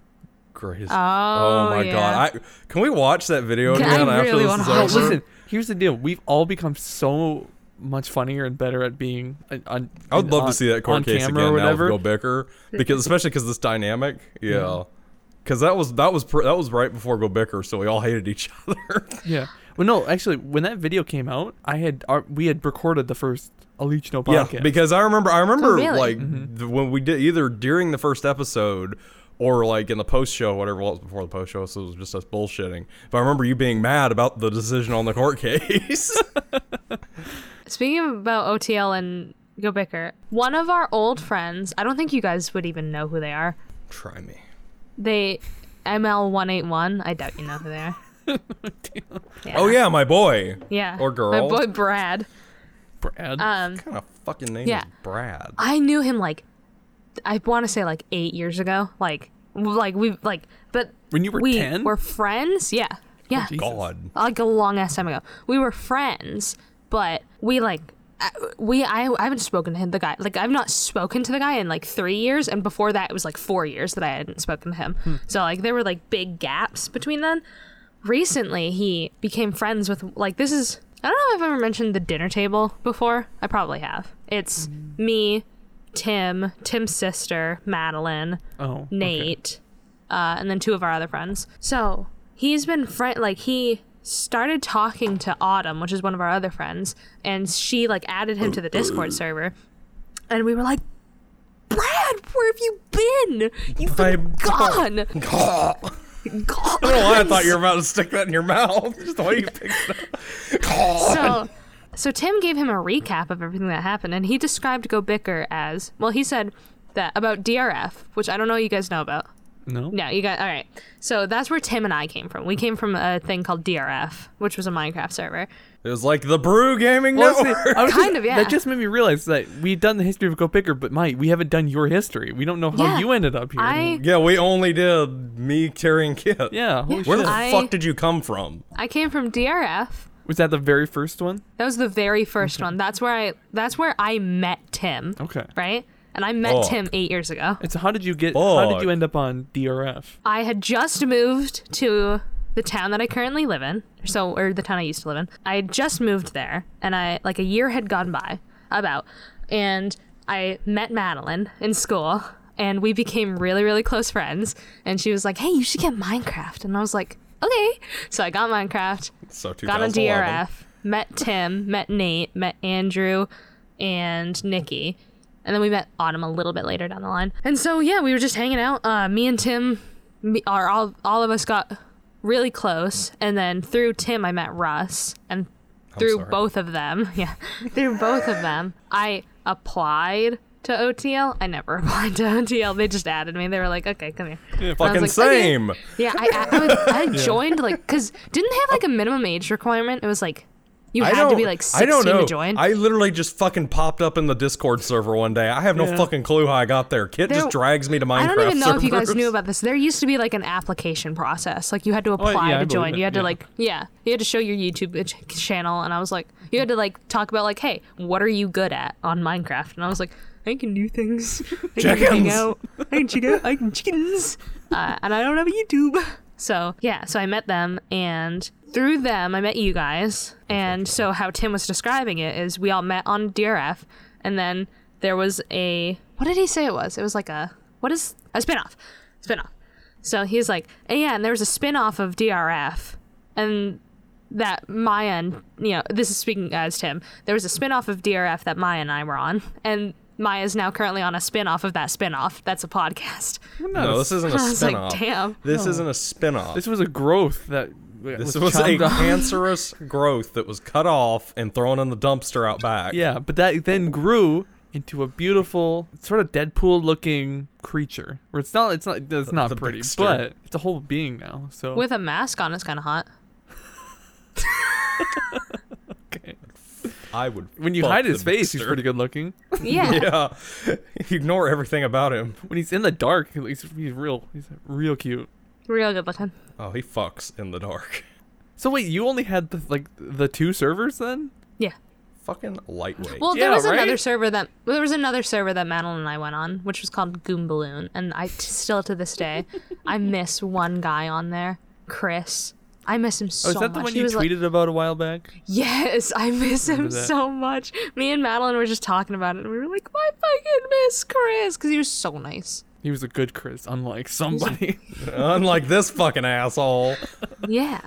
B: Greatest.
C: Oh,
B: my
C: yeah.
B: god! I, can we watch that video
C: Yeah,
B: again
C: I
B: after
C: really
B: this
C: wanna
B: is
A: No,
C: watch
B: over?
C: it.
A: Oh, listen. Here's the deal. We've all become so much funnier and better at being on. on
B: I would love
A: on-
B: to see that
A: on
B: court case
A: camera
B: again
A: or
B: now with
A: whatever.
B: Bill Bicker, because especially because this dynamic, yeah. Because that was that was pr- that was right before Bill Bicker, so we all hated each other.
A: yeah. Well, no, actually, when that video came out, I had our, we had recorded the first Alichino podcast.
B: Yeah, Uh, because I remember, I remember
C: Oh, really?
B: like
A: Mm-hmm.
B: th- when we did either during the first episode or like in the post show, whatever it was before the post show, so it was just us bullshitting. But I remember you being mad about the decision on the court case.
C: Speaking about OTL and Go Bicker, one of our old friends, I don't think you guys would even know who they are.
B: Try me.
C: They ML181, I doubt you know who they are.
B: Oh yeah, my boy.
C: Yeah.
B: Or
C: My
B: girl.
C: boy Brad.
A: Brad.
C: Um,
B: What kind of fucking name
C: Yeah.
B: is Brad?
C: I knew him like I want to say like 8 years ago. Like like we like but
A: When you were Oh,
C: we
A: 10?
C: were friends. Yeah. Yeah.
A: Jesus.
B: God.
C: like a long ass time ago. We were friends, but we like I- we I, I haven't spoken to him, the guy like I've not spoken to the guy in like three years, and before that it was like four years that I hadn't spoken to him. So like there were like big gaps between them. Recently, he became friends with like this is I don't know if I've ever mentioned the dinner table before. I probably have. It's me, Tim, Tim's sister, Madeline,
A: oh. okay.
C: Nate, uh, and then two of our other friends. So he's been friend like he started talking to Autumn, which is one of our other friends, and she like added him to the Discord server, and we were like, Brad, where have you been? You've been
B: I'm-
C: gone.
B: I
C: Gone.
B: don't know why Oh, I thought you were about to stick that in your mouth. Just the way you picked it up.
C: so so Tim gave him a recap of everything that happened, and he described Go Bicker as well. He said that about DRF, which I don't know you guys know about.
A: No.
C: No, you got all right. So that's where Tim and I came from. We came from a thing called DRF, which was a Minecraft server.
B: It was like the Brew Gaming
A: Well, see,
B: Network.
A: I was
C: Kind
A: just-
C: of, yeah.
A: That just made me realize that we've done the history of Go Bigger, but Mike, we haven't done your history. We don't know how
C: Yeah.
A: you ended up here.
C: I
B: yeah, we only did me, Terry, and Kit.
A: yeah. Holy
B: Where
A: shit.
B: the
C: I-
B: fuck did you come from?
C: I came from DRF.
A: Was that the very first one?
C: That was the very first one. That's where I that's where I met Tim.
A: Okay.
C: Right? And I met
B: Oh.
C: Tim 8 years ago.
A: And so how did you get? How did
B: Fuck.
A: you end up on DRF?
C: I had just moved to the town that I currently live in, so or the town I used to live in. I had just moved there, and I like a year had gone by about, and I met Madeline in school, and we became really really close friends. And she was like, "Hey, you should get Minecraft," and I was like, "Okay." So I got Minecraft,
B: So
C: got on
B: 2011.
C: DRF, met Tim, met Nate, met Andrew, and Nikki. And then we met Autumn a little bit later down the line. And so, yeah, we were just hanging out. Uh, me and Tim, me, our, all, all of us got really close. And then through Tim, I met Russ. And through
B: sorry.
C: both of them, yeah, through both of them, I applied to OTL. I never applied to OTL. They just added me. They were like, okay, come here.
B: Fucking
C: like, okay.
B: same.
C: Yeah, I I, was, I joined like because didn't they have like a minimum age requirement? It was like you
B: I
C: had
B: don't,
C: to be like
B: I
C: sixteen
B: don't know.
C: to join.
B: I literally just fucking popped up in the Discord server one day. I have no
A: Yeah.
B: fucking clue how I got there. Kit
C: There-
B: just drags me to Minecraft
C: I don't even know if you guys
B: servers.
C: knew about this. There used to be like an application process. Like you had to
B: Oh,
C: apply
A: yeah, I
C: to
A: believe
C: join.
A: it,
C: You had to
A: yeah.
C: like yeah, you had to show your YouTube ch- channel, and I was like, you had to like talk about like, hey, what are you good at on Minecraft? And I was like, I can do things. I can hang
B: Chickens.
C: out. I can chicken. out. I can chickens. Uh, and I don't have a YouTube. So yeah, so I met them, and through them I met you guys. And so how Tim was describing it is we all met on DRF, and then there was a what did he say it was? It was like a what is a spinoff, spinoff. So he's like, "Oh, yeah, and there was a spin-off of DRF, and that Maya and you know, this is speaking as Tim. There was a spin-off of DRF that Maya and I were on, and Maya's now currently on a spin-off of that spin-off. That's a podcast.
B: No, this isn't a
C: I was like,
B: spinoff.
C: damn.
B: This isn't a spinoff.
A: This
B: This,
A: was a growth that
B: this
A: this
B: was a cancerous growth that was cut off and thrown in the dumpster out back.
A: yeah, but that then grew into a beautiful sort of Deadpool-looking creature. Where it's not, it's not, it's not
B: the
A: pretty,
B: bigster.
A: but it's a whole being now. So
C: With a mask on, it's kind of hot.
A: okay.
B: I would.
A: When you
B: fuck
A: hide his
B: the
A: face, he's
B: bastard.
A: pretty good looking.
C: Yeah.
B: Yeah, ignore everything about him.
A: When he's in the dark, he's, he's real. He's real cute.
C: Real good looking.
B: Oh, he fucks in the dark.
A: So wait, you only had the, like the two servers then?
C: Yeah.
B: Fucking lightweight.
C: Well, there
A: Yeah,
C: was another
A: right?
C: server that well, there was another server that Madeline and I went on, which was called Goom Balloon, and I t- still to this day I miss one guy on there, Chris. I miss him so
A: Oh, is that
C: much.
A: the one
C: he
A: you
C: was like,
A: tweeted about a while back?
C: yes, I miss him
A: Remember that.
C: so much. Me and Madeline were just talking about it, and we were like, I fucking miss Chris because he was so nice.
A: He was a good Chris, unlike somebody.
B: Unlike this fucking asshole.
C: Yeah.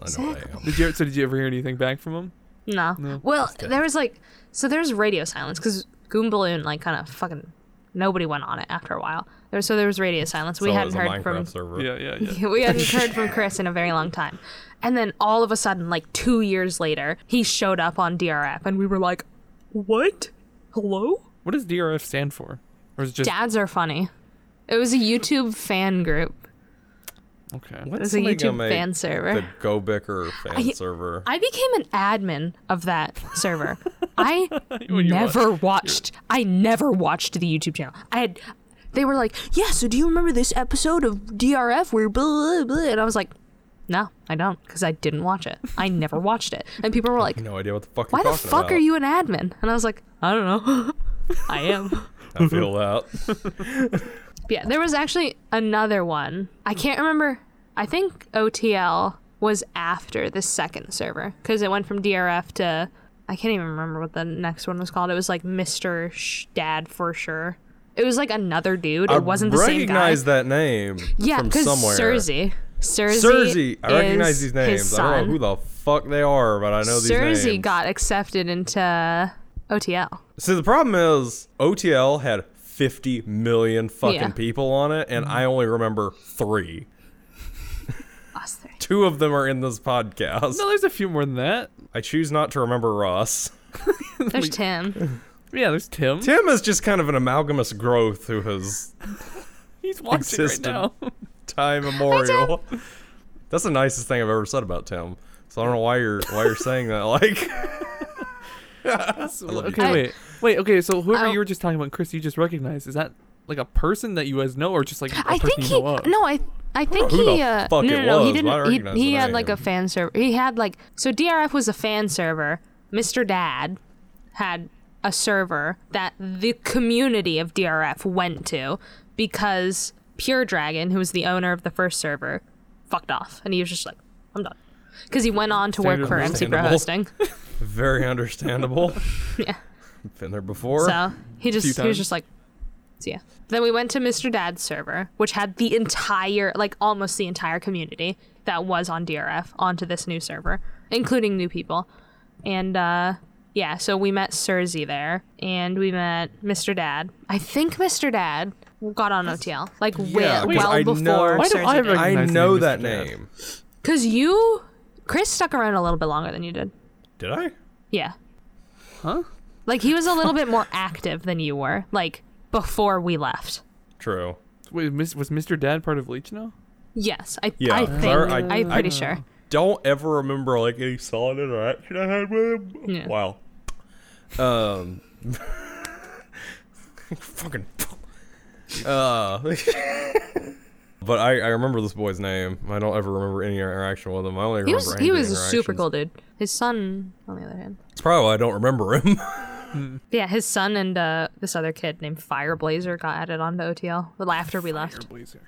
B: Listen, I know what I am.
A: did you? So did you ever hear anything back from him?
C: No. Well, there was like, so there's radio silence because Goom Balloon, like, kind of fucking nobody went on it after a while. There, so there was radio silence. We
B: So
C: hadn't
B: is a
C: heard
B: Minecraft
C: from
B: server.
A: Yeah, yeah, yeah.
C: we hadn't heard from Chris in a very long time. And then all of a sudden, like two years later, he showed up on DRF, and we were like, "What? Hello?
A: What does DRF stand for? Or is it just
C: Dads are funny." It was a YouTube fan group.
A: okay?
C: It
B: What's
C: was a
B: somebody gonna
C: YouTube
B: make
C: fan server.
B: The GoBicker fan server.
C: I became an admin of that server. I
A: Oh, you
C: never watched. I never watched the YouTube channel. I had. They were like, "Yeah, so do you remember this episode of DRF where blah blah?" blah? And I was like, "No, I don't, because I didn't watch it. I never watched it." And people were like,
B: no idea what the fuck
C: "Why
B: you're
C: the
B: talking
C: fuck
B: about.
C: are you an admin?" And I was like, "I don't know. I am."
B: I feel that.
C: Yeah, there was actually another one. I
B: Hmm.
C: can't remember. I think OTL was after the second server because it went from DRF to I can't even remember what the next one was called. It was like Mr. Sh- Dad for sure. It was like another dude. It wasn't the same guy.
B: recognize that name
C: yeah,
B: from
C: because
B: somewhere.
C: Cersei. Cersei.
B: Cersei. I recognize these
C: is His
B: names.
C: son.
B: I don't know who the fuck they are, but I know these
C: Cersei
B: names.
C: got accepted into OTL.
B: See, the problem is OTL had 50 million fucking
C: Yeah.
B: people on it, and I only remember three.
C: Us three.
B: Two of them are in this podcast.
A: No, there's a few more than that.
B: I choose not to remember Ross.
C: There's Tim.
A: Yeah, there's Tim.
B: Tim is just kind of an amalgamous growth who has
A: He's watching right
B: existed.
A: now.
B: time immemorial. That's the nicest thing I've ever said about Tim. So I don't know why you're why you're saying that. Like, love you,
A: okay,
B: Tim.
A: wait, wait. Okay, so whoever
C: I'll-
A: you were just talking about, Chris, you just recognized. Is that like a person that you guys know, or just like a person
C: I think
A: you
C: he
A: know of?
C: no, I I think
B: who
C: he
B: the
C: uh
B: fuck
C: no,
B: it
C: no, no,
B: was,
C: he
B: but I
C: didn't.
B: recognize
C: He,
B: the
C: he had like a
B: name.
C: fan server. He had like so DRF was a fan server. Mr. Dad had a server that the community of DRF went to because Pure Dragon, who was the owner of the first server, fucked off, and he was just like, "I'm done," because he went on to work
A: Standard
C: for MC Pro Hosting.
B: understandable. very understandable.
C: yeah.
B: Been there before.
C: So he just
A: few
C: he
A: times.
C: was just like, so yeah. Then we went to Mr. Dad's server, which had the entire, like almost the entire community that was on DRF onto this new server, including new people. And uh, yeah, so we met Cersei there, and we met Mr. Dad. I think Mr. Dad got on OTL like
B: Yeah,
C: wi-
B: 'cause
C: well
B: I know-
C: before
B: Why
A: do I
C: Cersei did.
B: I
A: Recognize the
B: know
A: name,
B: that
A: Mr. Dad.
B: name.
C: Because you, Chris, stuck around a little bit longer than you did.
B: Did I?
C: Yeah.
A: Huh?
C: Like he was a little bit more active than you were, like before we left.
B: True.
A: Wait, mis- was Mr. Dad part of Leech now?
C: Yes, I,
B: Yeah,
C: I
B: 'cause
C: think
B: I-
C: I,
B: I-
C: am pretty sure.
B: Don't ever remember like any solid interaction I had with him.
C: Yeah.
B: Wow. Um. fucking. Uh. but I, I remember this boy's name. I don't ever remember any interaction with him. I only
C: He
B: remember
C: was he
B: angry
C: was a super
B: interactions.
C: cool dude. His son, on the other hand,
B: It's probably why I don't remember him.
C: yeah, his son and uh, this other kid named Fireblazer got added onto OTL well, after we left.
A: Blazer.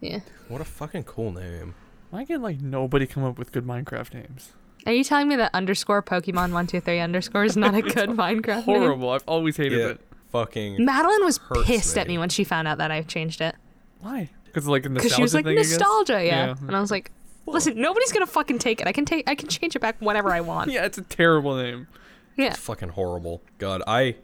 C: Yeah,
B: what a fucking cool name.
A: Why can like nobody come up with good Minecraft names?
C: are you telling me that underscore Pokemon one two three underscore is not a good Minecraft name?
A: Horrible. I've always hated
B: Yeah.
A: it.
B: Fucking.
C: Madeline was
B: Hurts
C: pissed at
B: me.
C: me when she found out that I changed it
A: Why? Because like a nostalgia
C: because she was like
A: thing, I guess?
C: nostalgia, yeah.
A: Yeah.
C: And I was like, listen, nobody's gonna fucking take it. I can take I can change it back whenever I want.
A: Yeah, it's a terrible name.
C: yeah.
B: fucking horrible. God, I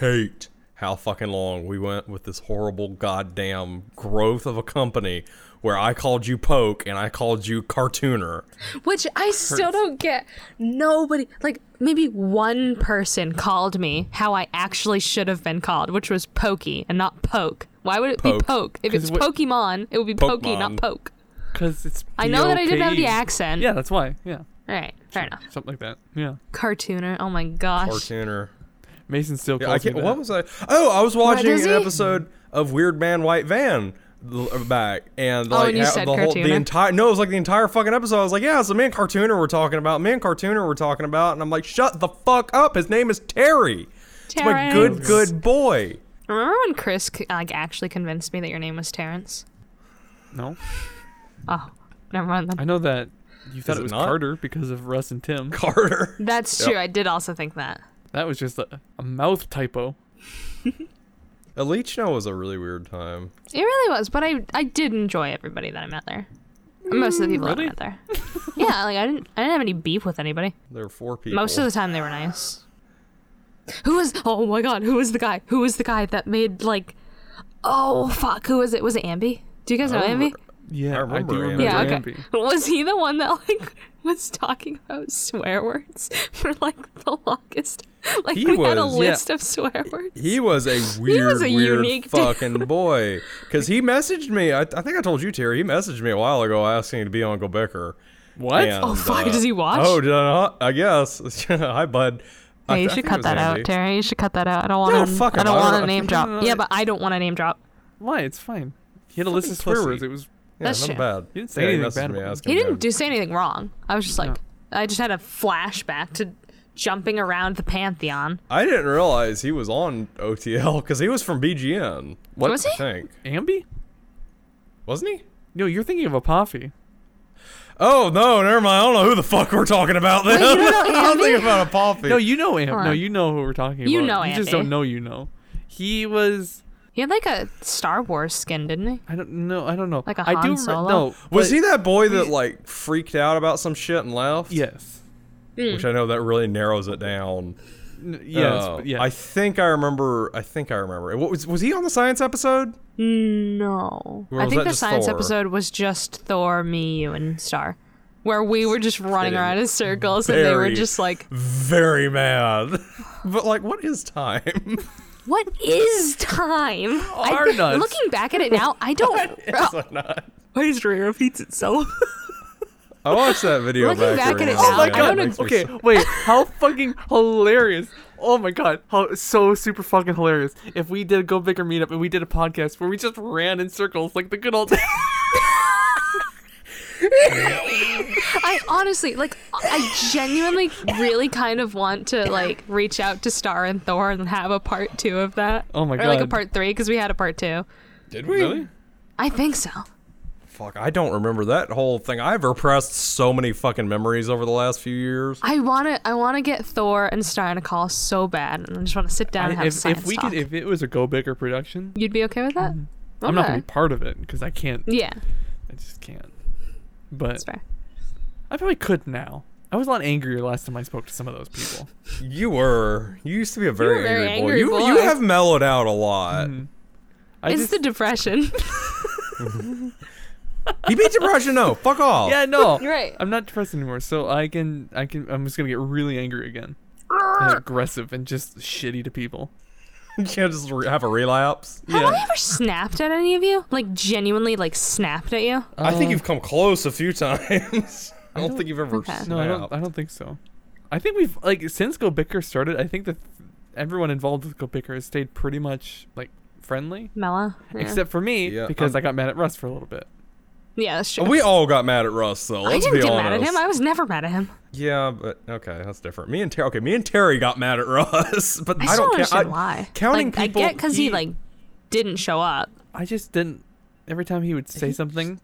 B: hate how fucking long we went with this horrible goddamn growth of a company where I called you Poke and I called you Cartooner.
C: Which I still don't get. Nobody, like, maybe one person called me how I actually should have been called, which was Pokey and not Poke. Why would it be
B: Poke.
C: Poke? If it's
A: what-
C: Pokemon, it would be Pokey, not
B: Pokemon.
C: Poke.
A: Because it's.
C: I know that I didn't have the
A: P-O-K-E.
C: accent.
A: E. Yeah, that's why. Yeah.
C: All right, fair enough.
A: something like that. Yeah,
C: Cartooner. Oh my gosh.
B: Cartooner.
A: Mason still
B: Yeah, I
A: calls me
B: can't,
A: that.
B: what was I? Oh, I was watching
C: does
B: an
C: he?
B: episode of Weird Man White Van l- uh, back, and like
C: Oh, and you
B: ha-
C: said
B: the whole the
C: cartooner?
B: entire no, it was like the entire fucking episode. I was like, yeah, it's the man cartooner we're talking about. Man cartooner we're talking about, and I'm like, shut the fuck up. His name is Terry. It's my good
C: Terrence.
B: good boy.
C: Remember when Chris c- like actually convinced me that your name was Terrence?
A: No,
C: Oh, never mind then.
A: I know that you thought
B: Is
A: it
B: it
A: was
B: not?
A: Carter because of Russ and Tim.
B: Carter.
C: That's
B: Yep.
C: true. I did also think that.
A: That was just a, a mouth typo.
B: A leech no was a really weird time.
C: It really was, but I I did enjoy everybody that I met there. Most of the people
A: really?
C: I met there. yeah, like I didn't I didn't have any beef with anybody.
B: There were four people.
C: Most of the time they were nice. Who was Oh my god, who was the guy? Who was the guy that made like Oh fuck, who was it? Was it Ambi? Do you guys know Ambi?
B: remember-
A: Yeah,
B: I
A: I,
B: remember
A: do
B: Amber.
A: remember
C: Yeah, okay.
A: Amby.
C: Was he the one that like was talking about swear words for like the longest? Like
B: He
C: we had a
B: was, yeah.
C: list of swear words.
B: He was a weird,
C: was a
B: weird
C: unique dude.
B: fucking boy. Because he messaged me. I, I think I told you, Terry. He messaged me a while ago asking to be Uncle Becker.
A: What?
B: And,
C: Oh, fuck, does he watch?
B: Oh, did I not? I guess. Hi, bud. I-
C: Yeah, you
B: I
C: should
B: think it
C: cut
B: was
C: that out,
B: Andy.
C: Terry. You should cut that out. I don't
B: No,
C: want to.
B: fuck
C: I
B: him.
C: don't
B: I
C: want to
B: don't-
C: name
A: No,
C: drop.
A: no,
C: Yeah,
A: it-
C: but I don't want to name drop.
A: Why? It's fine. He had a list of
B: Fucking
A: swear
B: pussy.
A: words. It was
B: Yeah,
C: That's
B: not
C: true.
B: bad.
A: He didn't say
B: Yeah,
A: anything
B: messaged
A: bad
B: me
A: about him.
B: asking
C: He
B: to-
C: didn't do say anything wrong. I was just like, I just had a flashback to jumping around the pantheon.
B: I didn't realize he was on OTL because he was from BGN. What
C: Was he?
B: I think
A: Ambi.
B: wasn't he?
A: No, you're thinking of a Poffy.
B: Oh no, never mind. I don't know who the fuck we're talking about. Then
C: you don't know
B: I'm
C: Andy?
B: thinking about a poppy.
A: No, you know Am.
C: Hold
A: No,
C: on.
A: you know who we're talking about.
C: You know
A: You just
C: Amby.
A: don't know. You know. He was.
C: He had like a Star Wars skin, didn't he?
A: I don't know. I don't know.
C: Like a
A: I
C: Han
A: do. re-
C: Solo?
A: no.
B: was
A: but-
B: he that boy that like freaked out about some shit and left?
A: Yes.
C: Mm.
B: Which I know that really narrows it down.
A: N- yes.
B: Oh,
A: but yes.
B: I think I remember. I think I remember. What was was he on the science episode?
C: No.
B: Or
C: I
B: was
C: think
B: that
C: the
B: just
C: science
B: Thor?
C: episode was just Thor, me, you, and Star, where we were just running
B: Kidding.
C: around in circles and they were
B: Very.
C: just like,
B: Very mad. but like, what is time?
C: "What is time?" I-
A: Our nuts.
C: looking back at it now, I don't.
B: Why not?
C: Why is Ray repeats itself?
B: I watched that video.
C: Looking back
B: every
C: at it
B: now and
C: now,
B: then.
C: I don't
B: It makes me
A: Okay,
B: so-
A: wait. How fucking hilarious! Oh my god, how so super fucking hilarious! If we did a Go Bigger meetup and we did a podcast where we just ran in circles like the good old days.
C: I honestly, like, I genuinely really kind of want to, like, reach out to Star and Thor and have a part two of that.
A: Oh my
C: Or, like, a
A: God.
C: part three, because we had a part two.
B: Did we?
C: I think so.
B: Fuck, I don't remember that whole thing. I've repressed so many fucking memories over the last few years.
C: I want to, I want to get Thor and Star in a call so bad, and I just want to sit down and have
A: if,
C: science
A: if we
C: talk.
A: could, if it was a Go Bigger production,
C: You'd be okay with that?
A: I'm not gonna be
C: Okay.
A: part of it because I can't.
C: Yeah,
A: I just can't. But
C: that's fair.
A: I probably could now. I was a lot angrier last time I spoke to some of those people.
B: You were. You used to be a very,
C: were a very
B: angry,
C: angry
B: boy.
C: boy.
B: You you have mellowed out a lot.
A: I
C: it's
A: just,
C: the depression.
B: He beat depression. No, fuck off.
A: yeah, no,
C: You're right.
A: I'm not depressed anymore, so I can, I can, I'm just gonna get really angry again, and aggressive, and just shitty to people.
B: You can't just re- have a relapse.
C: Have I
A: Yeah,
C: ever snapped at any of you? Like, genuinely, like, snapped at you?
B: I think you've come close a few times. I don't think you've ever.
C: okay.
A: no, I don't, I don't think so. I think we've like since Go Bicker started, I think that everyone involved with Go Bicker has stayed pretty much like friendly,
C: Mella? Yeah.
A: except for me
B: Yeah, Um,
A: because
B: I'm-
A: i got mad at Russ for a little bit.
C: yeah, that's true.
B: We all got mad at Russ though.
C: I
B: Let's
C: didn't
B: be
C: get
B: honest.
C: mad at him. I was never mad at him.
B: Yeah, but okay, that's different. Me and Terry. Okay, me and Terry got mad at Russ, but
C: I
B: I, don't
C: still don't
B: ca-
C: understand
B: I-
C: why.
B: Counting
C: like,
B: people,
C: I get because he, like didn't show up.
A: I just didn't. Every time he would say something,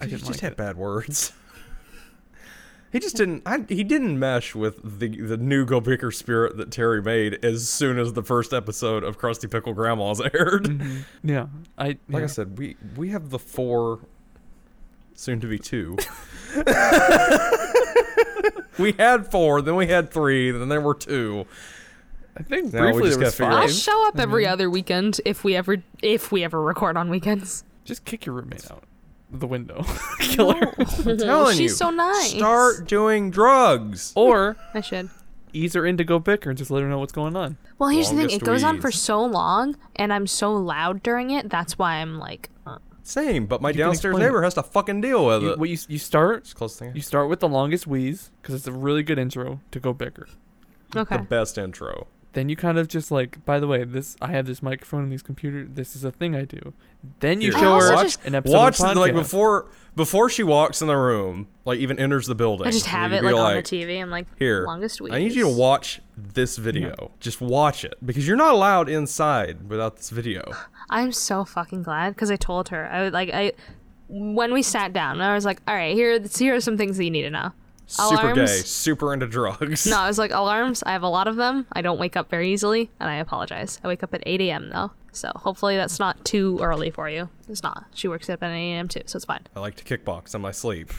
A: I
B: he
A: didn't
B: just
A: like
B: had
A: it.
B: bad words. He just didn't. I, he didn't mesh with the the new Go Bicker spirit that Terry made as soon as the first episode of Krusty Pickle Grandma's aired.
A: Yeah, I
B: Like
A: yeah.
B: I said, we we have the four, soon to be two. we had four, then we had three, then there were two.
A: I think
B: Now we
A: briefly
B: just
A: there was
B: gotta figure out-
A: five.
C: I'll show up every other weekend if we ever if we ever record on weekends.
A: Just kick your roommate out the window, kill her,
B: I'm telling
C: she's
B: you,
C: so nice.
B: Start doing drugs.
A: or
C: I should.
A: ease her into Go Bicker and just let her know what's going on.
C: Well, here's the thing.
B: Longest
C: It goes on for
B: wheeze.
C: so long, and I'm so loud during it. That's why I'm like, uh,
B: same, but my
A: You can
B: downstairs
A: explain it.
B: neighbor has to fucking deal with
A: You,
B: it.
A: what you, you start
B: It's close thing.
A: you start with the longest wheeze because it's a really good intro to go bigger.
C: Okay.
B: The best intro.
A: Then you kind of just like, by the way, this I have this microphone and these computer. This is a thing I do. Then you
B: Here.
A: show
C: I
A: her
C: also
B: watch,
C: just-
A: an episode
B: watch
A: of the podcast.
B: like before before she walks in the room, like even enters the building.
C: I just have
B: you'd
C: it
B: be
C: like, on the TV. I'm like
B: Here,
C: longest week.
B: I need you to watch this video. Just watch it because you're not allowed inside without this video.
C: I'm so fucking glad because I told her I would like I when we sat down. I was like, all right, here here are some things that you need to know.
B: Super gay,
C: Alarms.
B: super into drugs.
C: No, I was like alarms. I have a lot of them. I don't wake up very easily, and I apologize. I wake up at 8 a.m. though, so hopefully that's not too early for you. It's not. She works up at 8 a.m. too, so it's fine.
B: I like to kickbox in my sleep.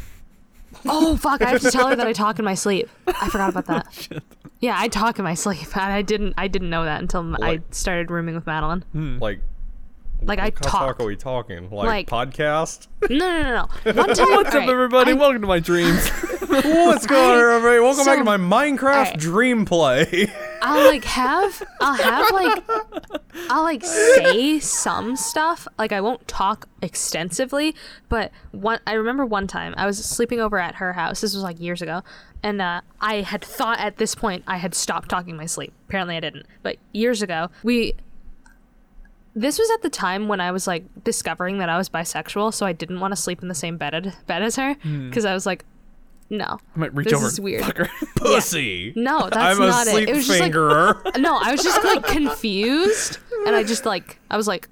C: Oh fuck! I have to tell her that I talk in my sleep. I forgot about that. Yeah, I talk in my sleep, and I didn't. I didn't know that until m I I
B: Like-
C: started rooming with Madeline.
A: Hmm.
B: Like,
C: Like I
B: what kind of
C: talk.
B: talk are we talking?
C: Like-
B: Like, podcast?
C: No, no, no, no. One time,
A: What's up,
C: alright,
A: everybody?
C: I-
A: Welcome to my dreams.
B: What's going on, everybody? Welcome back
C: so-
B: to my Minecraft
C: Alright.
B: dream play.
C: I'll like have I'll have like I'll like say some stuff. Like I won't talk extensively, but one I remember one time I was sleeping over at her house. This was like years ago, and uh, I had thought at this point I had stopped talking in my sleep. Apparently I didn't, but years ago we. This was at the time when I was like discovering that I was bisexual, so I didn't want to sleep in the same bed, at, bed as her because I was like, no,
A: Hmm. I might reach
C: This
A: over.
C: is weird.
A: Fucker.
B: Pussy.
C: no, that's
B: I'm a
C: not
B: sleep
C: it. It was just like
B: fingerer.
C: No, I was just like confused, and I just like I was like,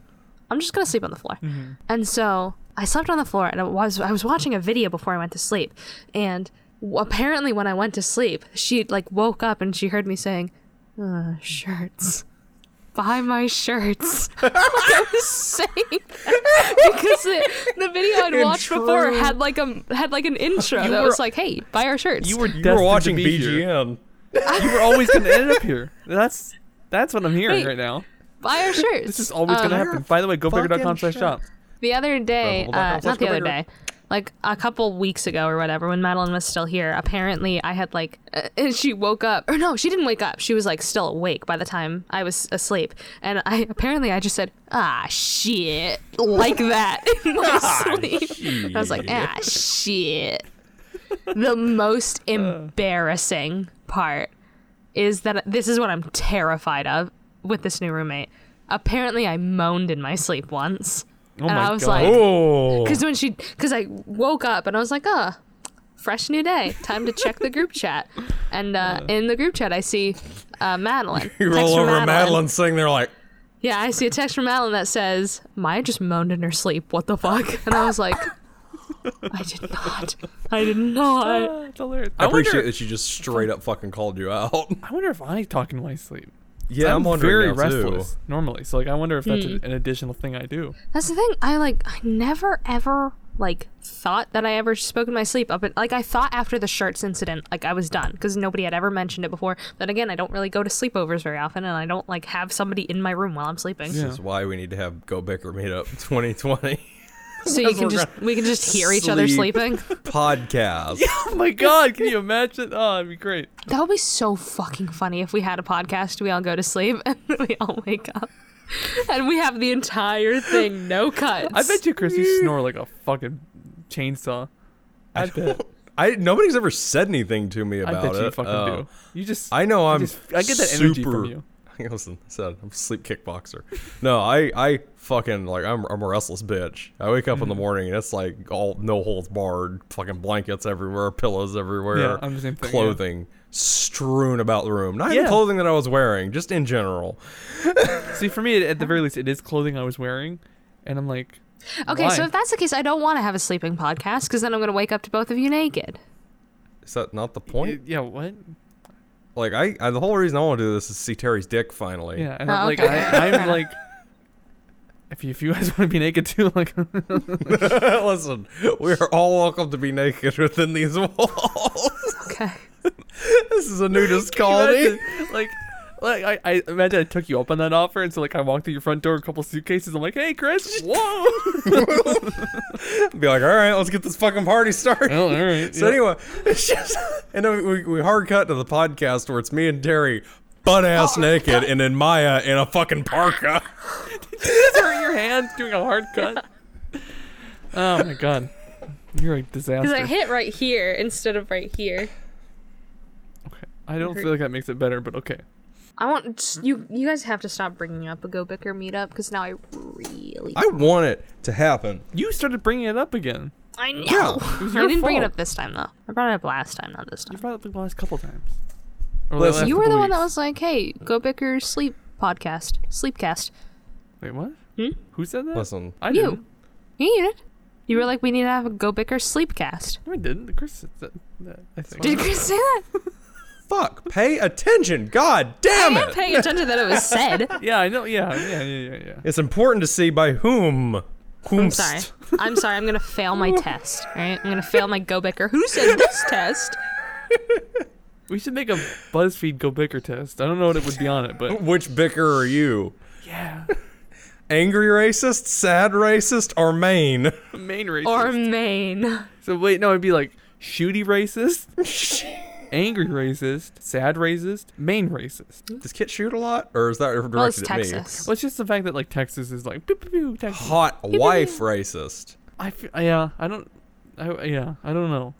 C: I'm just gonna sleep on the floor,
A: Mm-hmm.
C: and so I slept on the floor, and I was I was watching a video before I went to sleep, and w- apparently when I went to sleep, she like woke up and she heard me saying, uh, "Shirts, buy my shirts." like I was saying that because the, the video I'd watched before
B: Intro.
C: had like a had like an intro that
A: were-
C: was like, "Hey, buy our shirts."
A: You were
B: You
A: destined
B: were watching
A: to be here.
B: BGN.
A: You were always going to end up here. That's that's what I'm hearing
C: Wait.
A: right now.
C: buy our shirts.
A: This is always going to
C: Um,
A: happen. By the way, gobigger.com slash shop.
C: The other day,
B: Rumble.com
C: uh,
B: slash
C: not the
B: go
C: other
B: bigger.
C: day, like a couple weeks ago or whatever, when Madeline was still here, apparently I had like, uh, and she woke up, or no, she didn't wake up. She was like still awake by the time I was asleep, and I apparently I just said ah shit like that in my sleep. I was like ah shit. The most embarrassing part is that this is what I'm terrified of with this new roommate. Apparently, I moaned in my sleep once.
A: Oh
C: and
A: my
C: I was
A: God.
C: like,
B: Oh.
C: because when she, because I woke up and I was like, oh, fresh new day. Time to check the group chat. And uh, in the group chat, I see uh, Madeline.
B: You
C: Text
B: roll
C: from
B: over Madeline. Madeline's thing, they're like,
C: Yeah, I see a text from Madeline that says, Maya just moaned in her sleep. What the fuck? And I was like, I did not. I did not.
A: Ah, it's hilarious.
B: I,
A: I
B: appreciate
A: wonder,
B: that she just straight up fucking called you out.
A: I wonder if I talk in my sleep.
B: Yeah,
A: I'm,
B: wondering
A: very
B: now, too.
A: restless normally, so like I wonder if that's a- an additional thing I do.
C: That's the thing. I like. I never ever like thought that I ever spoke in my sleep. Up in, like I thought after the shirts incident, like I was done because nobody had ever mentioned it before. Then again, I don't really go to sleepovers very often, and I don't like have somebody in my room while I'm sleeping.
A: Yeah.
B: This is why we need to have Go Bicker Meetup 2020
C: So you can
B: we're
C: just we can just hear each other
B: Sleep.
C: sleeping.
B: podcast.
A: Oh my god, can you imagine? Oh, it'd be great.
C: That would be so fucking funny if we had a podcast. We all go to sleep and we all wake up, and we have the entire thing no cuts.
A: I bet you, Chris, you snore like a fucking chainsaw. I, bet.
B: I nobody's ever said anything to me
A: I
B: about
A: bet you
B: it.
A: fucking
B: Uh,
A: do. You just.
B: I know
A: you
B: I'm.
A: just- I get that energy
B: super,
A: from you.
B: Listen, I said I'm a sleep kickboxer. No, I, I fucking like I'm, I'm a restless bitch. I wake up in the
A: Mm-hmm.
B: morning and it's like all no holds barred, fucking blankets everywhere, pillows everywhere,
A: Yeah, I'm the same thing, yeah.
B: clothing strewn about the room. Not even
A: Yeah.
B: clothing that I was wearing, just in general.
A: See, for me, at the very least, it is clothing I was wearing, and I'm like,
C: okay,
A: why?
C: so if that's the case, I don't want to have a sleeping podcast because then I'm gonna wake up to both of you naked.
B: Is that not the
A: Y-
B: point?
A: yeah, what?
B: Like I, I the whole reason I want to do this is see Terry's dick finally.
A: Yeah, and
C: Oh,
A: I'm like,
C: okay.
A: I, I'm like, if you, if you guys want to be naked too, like,
B: Listen, we are all welcome to be naked within these walls.
C: Okay.
B: this is a nudist colony.
A: Imagine, like, like I, I imagine I took you up on that offer, and so like I walked through your front door, a couple suitcases. I'm like, hey, Chris, whoa.
B: Be like, all right, let's get this fucking party started.
A: Well, all right,
B: So
A: Oh, yeah.
B: anyway, it's just, and then we, we hard cut to the podcast where it's me and Terry butt ass naked, and then Maya in a fucking parka.
A: Just hurt your hands doing a hard cut. Oh my god, you're a disaster.
C: Because I hit right here instead of right here.
A: okay. I don't feel like that makes it better, but okay.
C: I want you. You guys have to stop bringing up a Go Bicker meetup because now I really.
B: I want it to happen.
A: You started bringing it up again.
C: I know.
B: it
A: was
C: I
A: your
C: didn't bring it
A: fault.
C: up this time though. I brought it up last time, not this
A: You
C: time.
A: brought it up the last couple times. Or
B: Listen,
A: last
C: You were the
A: couple
C: one that
A: weeks.
C: was like, "Hey, Go Bicker sleep podcast, sleepcast."
A: Wait, what?
C: Hmm?
A: Who said that?
B: Listen,
A: I
C: You.
A: didn't.
C: You need it. You were like, "We need to have a Go Bicker sleepcast."
A: No, I didn't. Chris said that. that- I think.
C: Did Chris say that?
B: fuck, pay attention. God damn
C: I am
B: it.
C: paying attention that it was said.
A: yeah, I know. Yeah, yeah, yeah, yeah, yeah.
B: It's important to see by whom.
C: I'm sorry. I'm sorry. I'm gonna fail my test. All right. I'm gonna fail my Go Bicker. Who said this test?
A: We should make a BuzzFeed Go Baker test. I don't know what it would be on it, but
B: Which bicker are you?
A: yeah,
B: Angry racist, sad racist, or main?
A: main racist.
C: Or Maine?
A: so wait, no, it'd be like shooty racist, angry racist, sad racist, main racist.
B: Does Kit shoot a lot, or is that directed
C: Well, Oh, it's
B: at
C: Texas.
A: Well, it's just the fact that like Texas is like pew, pew, pew,
B: me?
A: Texas.
B: Hot wife racist.
A: I feel, yeah, I don't. I, yeah, I don't know.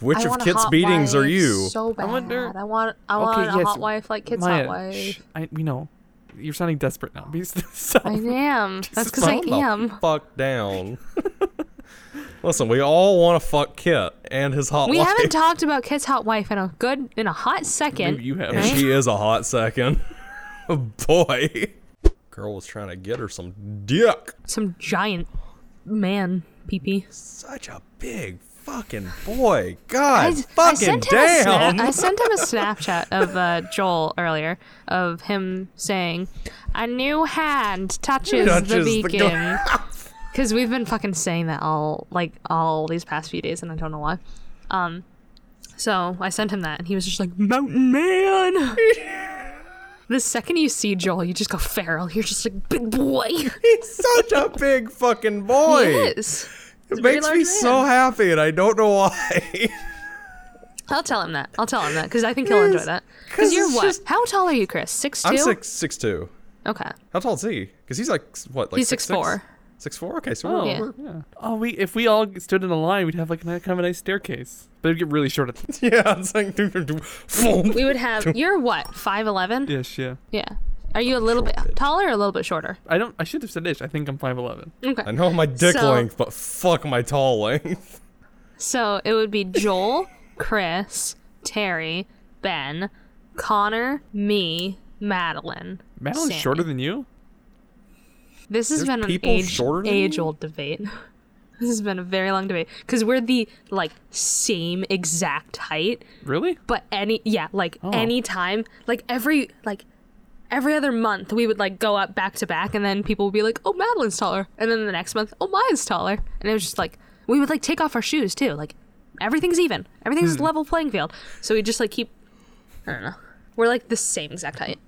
B: Which of Kit's beatings are you?
C: So bad. I,
A: wonder-
C: want. I
A: Okay,
C: want a
A: yes,
C: hot wife like Kit's
A: Maya,
C: hot wife.
A: shh, I, we know. You're sounding desperate now. Be stop.
C: I am. That's because I
B: Calm the
C: am.
B: Fuck down. Listen, we all want to fuck Kit and his hot
C: We
B: wife.
C: haven't talked about Kit's hot wife in a good in a hot second.
A: Maybe you have.
B: and she is a hot second. Boy. Girl was trying to get her some dick.
C: Some giant man peepee.
B: Such a big fucking boy. God
C: I, I
B: fucking
C: sent him a
B: damn.
C: sna- I sent him a Snapchat of uh, Joel earlier of him saying, "A new hand touches,
B: Touches the
C: the beacon."
B: gla-
C: Because we've been fucking saying that all like all these past few days, and I don't know why. Um, so I sent him that, and he was just like, "Mountain man." the second you see Joel, you just go feral. You're just like, "Big boy."
B: He's such a big fucking boy.
C: Yes.
B: It makes me so happy, and I don't know why.
C: I'll tell him that. I'll tell him that because I think he'll enjoy
B: Yes,
C: that.
B: 'cause
C: Because you're
B: it's
C: what?
B: just-
C: How tall are you, Chris? Six
B: I'm
C: two.
B: six six two.
C: Okay.
B: How tall is he? Because he's like s- what, like
C: He's
B: six
C: 6'4".
B: Six four. Okay, so
A: Oh,
B: we're,
C: Yeah.
A: yeah. Oh, we if we all stood in a line, we'd have like a ni- kind of a nice staircase, but it'd get really short. At the-
B: yeah, it's like
C: We would have. You're what? Five eleven. Yeah.
A: yes, yeah.
C: Are you a little bit
B: Short bitch.
C: taller or a little bit shorter?
A: I don't. I should have said ish. I think I'm five eleven.
C: Okay.
B: I know my dick
C: So-
B: length, but fuck my tall length.
C: So it would be Joel, Chris, Terry, Ben, Connor, me, Madeline.
A: Madeline's
C: Sammy.
A: shorter than you.
C: This has
B: There's
C: been an
B: people
C: age
B: shorter than you?
C: age old debate. This has been a very long debate because we're the like same exact height,
A: Really?
C: but any yeah like any time like every like every other month we would like go up back to back and then people would be like oh madeline's taller and then the next month oh mine's taller and it was just like we would like take off our shoes too like everything's even everything's level playing field so we just like keep i don't know we're like the same exact height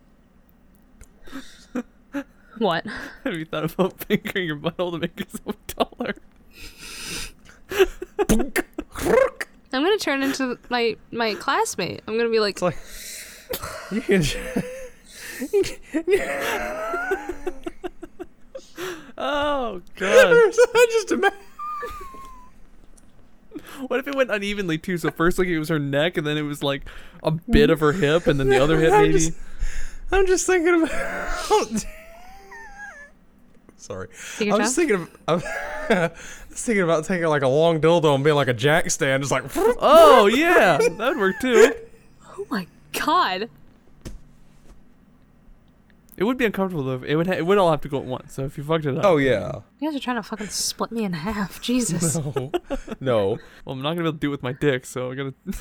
C: what
A: Have you thought about fingering your butthole to make yourself taller?
B: it's
C: i'm gonna turn into my my classmate i'm gonna be like
B: like you can.
A: Oh god.
B: I just imagine.
A: what if it went unevenly too? So first, like it was her neck, and then it was like a bit of her hip, and then the other hip
B: I'm
A: maybe.
B: just- I'm just thinking about. Sorry,
C: Take
B: I'm
C: your
B: just
C: time.
B: thinking of. I'm just thinking about taking like a long dildo and being like a jack stand, just like.
A: Oh yeah, that would work too.
C: oh my god
A: It would be uncomfortable though. It would. Ha- it would all have to go at once. So if you fucked it up.
B: Oh yeah.
C: you guys are trying to fucking split me in half jesus
B: No. no.
A: Well, I'm not gonna be able to do it with my dick, so I gotta.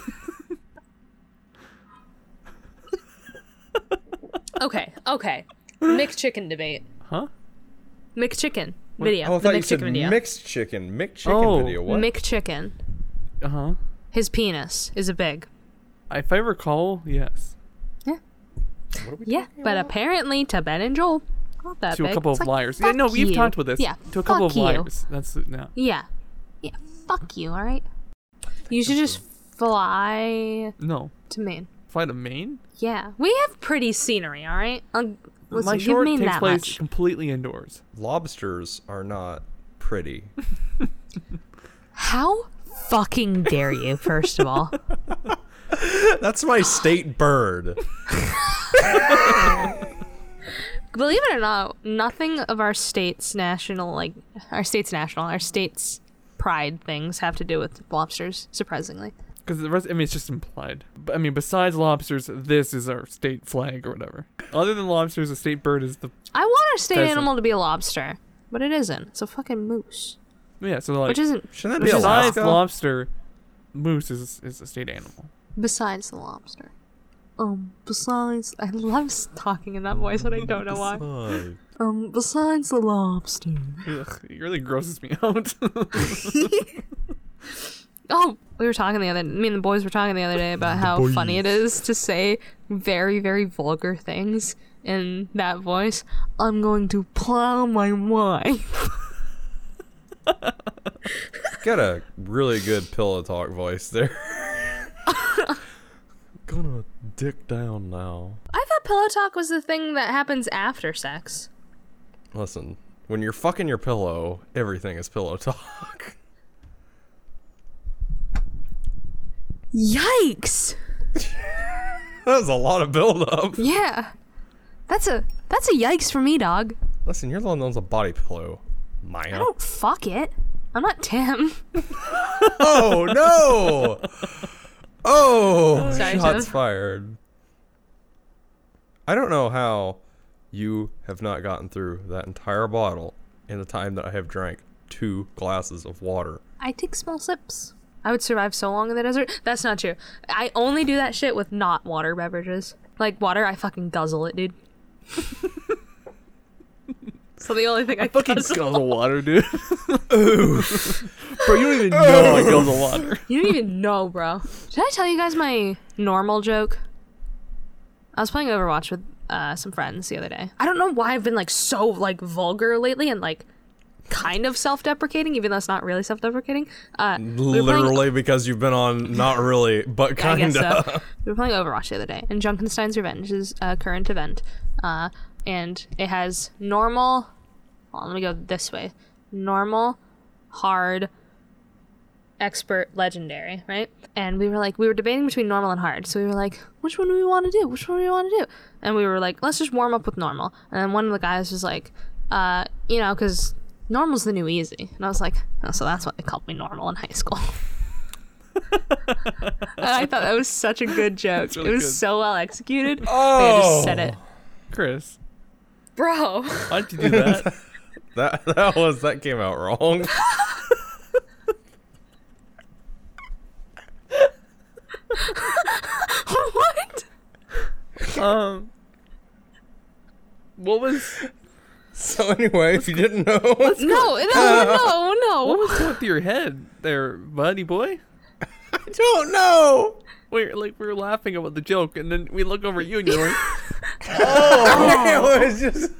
C: Okay, okay. McChicken debate.
A: huh?
C: McChicken video.
B: Oh, I
C: the
B: thought you
C: McChicken
B: said
C: video.
B: mixed chicken. Mixed chicken
A: Oh.
B: video. What?
C: McChicken.
A: Uh
B: Uh-huh.
A: huh.
C: His penis is a big.
A: If I recall, yes.
B: what are we
C: Yeah, but apparently to Ben and Joel, not that
A: To
C: big.
A: a couple
C: It's
A: of
C: like,
A: liars. Yeah, no,
C: fuck
A: we've
C: you.
A: talked about this.
C: Yeah,
A: To a couple of
C: fuck you.
A: liars. That's no.
C: Yeah, yeah. Fuck you. All right. You should just fly
A: No.
C: to Maine.
A: Fly to Maine?
C: Yeah, we have pretty scenery. All right. I'll, listen,
A: My
C: give
A: short
C: Maine
A: takes
C: that
A: place
C: much.
A: completely indoors.
B: Lobsters are not pretty.
C: How fucking dare you, first of all?
B: That's my state bird.
C: Believe it or not, nothing of our state's national, like, our state's national, our state's pride things have to do with lobsters, surprisingly.
A: Because the rest, I mean, it's just implied. But, I mean, besides lobsters, this is our state flag or whatever. Other than lobsters, the state bird is the
C: I want our state
A: Pheasant.
C: animal to be a lobster, but it isn't. It's a fucking moose,
A: yeah. So like
C: which isn't
B: Shouldn't that be
A: besides
B: Alaska?
A: lobster, moose is is a state animal.
C: besides the lobster. Um, besides, I love s- talking in that voice, and I don't know why.
B: Fuck.
C: Um, besides the lobster.
A: Ugh, it really grosses me out.
C: Oh, we were talking the other. Me and the boys were talking the other day about how funny it is to say very, very vulgar things in that voice. I'm going to plow my wife.
B: Got a really good pillow talk voice there. Gonna dick down now.
C: I thought pillow talk was the thing that happens after sex.
B: Listen, when you're fucking your pillow, everything is pillow talk.
C: Yikes!
B: that was a lot of buildup.
C: Yeah, that's a that's a yikes for me, dog.
B: Listen, you're the one that owns a body pillow, Maya.
C: I don't fuck it. I'm not Tim.
B: Oh no! Oh,
C: Sorry,
B: shots
C: Tim.
B: fired. I don't know how you have not gotten through that entire bottle in the time that I have drank two glasses of water.
C: I take small sips. I would survive so long in the desert. That's not true. I only do that shit with not water beverages. Like water, I fucking guzzle it, dude. so the only thing I,
A: Fucking
C: guzzle-
A: guzzle water, dude. Bro, you don't even know I guzzle water.
C: You don't even know, bro. Did I tell you guys my normal joke? I was playing Overwatch with uh, some friends the other day. I don't know why I've been like so like vulgar lately and like kind of self-deprecating, even though it's not really self-deprecating. Uh, we were playing-
B: Literally because you've been on not really, but
C: I guess
B: kinda.
C: so. We were playing Overwatch the other day, and Junkenstein's Revenge is a current event, uh, and it has normal. Well, let me go this way: normal, hard, expert, legendary, right? And we were like, we were debating between normal and hard, so we were like, which one do we want to do? Which one do we want to do? And we were like, let's just warm up with normal. And then one of the guys was like, uh, you know, because normal's the new easy, and I was like, oh, so that's what they called me normal in high school. And I thought that was such a good joke.
A: really
C: it was
A: good.
C: so well executed. Oh. I just said it.
A: Chris,
C: Bro.
A: why'd you do that?
B: That that was that came out wrong.
C: what?
A: um, what was
B: so anyway, if you didn't know,
C: No, no, no, no.
A: what's going through your head there, buddy boy?
B: I don't know.
A: We're like we were laughing about the joke, and then we look over at you and you're like,
C: Oh.
B: it was just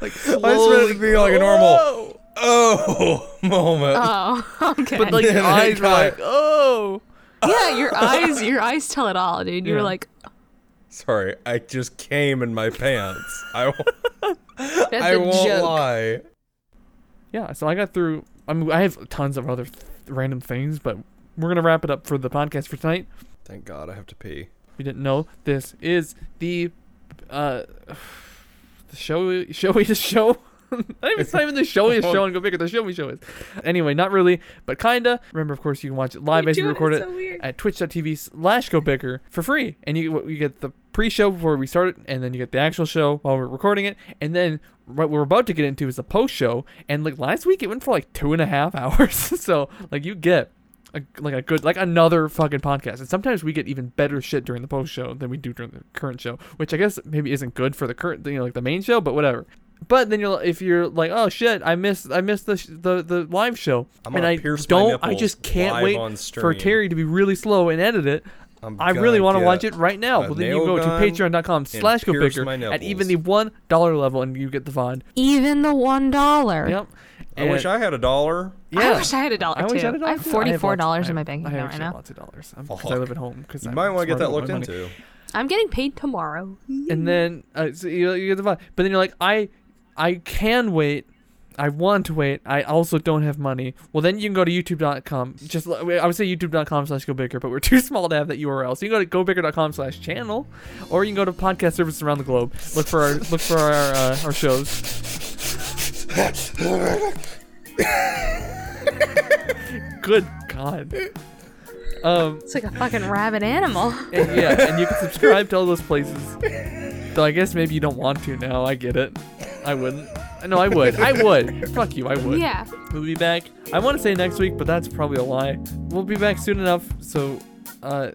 A: like
B: I just meant it
A: slowly
B: to be like a normal oh moment.
C: Oh, okay.
A: But like your
B: then
A: eyes were like,
B: cut.
A: oh.
C: yeah, your eyes, your eyes tell it all, dude. You're
A: Yeah.
C: like,
B: Sorry, I just came in my pants. I won't,
C: that's a
B: I won't
C: joke.
B: lie.
A: Yeah, so I got through. I mean, I have tons of other th- random things, but we're gonna wrap it up for the podcast for tonight.
B: Thank God I have to pee.
A: If you didn't know, this is the uh, the show showiest show. not even, it's not even the showiest show, and go bigger. The show we show is. Anyway, not really, but kinda. Remember, of course, you can watch it live
C: You're
A: as we
C: doing
A: record
C: it
A: it
C: so weird.
A: at twitch.tv slash go bigger for free, and you you get the pre-show before we start it, and then you get the actual show while we're recording it, and then what we're about to get into is the post-show. And like last week, it went for like two and a half hours, so like you get a, like a good like another fucking podcast and sometimes we get even better shit during the post show than we do during the current show which i guess maybe isn't good for the current you know like the main show but whatever but then you're if you're like oh shit i missed i missed the sh- the, the live show
B: I'm
A: and
B: gonna
A: i
B: pierce my
A: don't i
B: nipples
A: just can't
B: live
A: wait
B: on
A: for
B: stream.
A: terry to be really slow and edit it
B: I'm
A: i really
B: gonna
A: want to
B: get
A: watch it right now
B: a
A: well then you
B: nail
A: go to
B: gun
A: patreon.com slash go
B: pierce
A: bigger
B: my
A: at even
B: nipples.
A: the one dollar level and you get the vod
C: Even the one dollar.
A: yep
B: I wish I had a dollar.
A: yeah.
C: I wish I had a dollar
A: I
C: too.
A: wish I had a dollar.
C: have
A: too.
C: forty-four
A: lots-
C: dollars in
A: I-
C: my bank
A: I
C: account right
A: actually have
C: now.
A: Lots of dollars because I
B: Fuck.
A: live at home. Because
B: You might want to get that looked into.
C: I'm getting paid tomorrow.
A: and then uh, so you, you get the vibe. But then you're like, I, I can wait I want to wait. I also don't have money. Well, then you can go to youtube.com. Just l- I would say youtube.com slash go bigger, but we're too small to have that URL. So you can go to gobigger.com slash channel, or you can go to podcast services around the globe. Look for our look for our uh, our shows. Good God. Um.
C: It's like a fucking rabid animal.
A: and- yeah, and you can subscribe to all those places. Though I guess maybe you don't want to now. I get it. I wouldn't. No, I would. I would. Fuck you. I would.
C: yeah.
A: We'll be back. I want to say next week, but that's probably a lie. We'll be back soon enough. So, uh,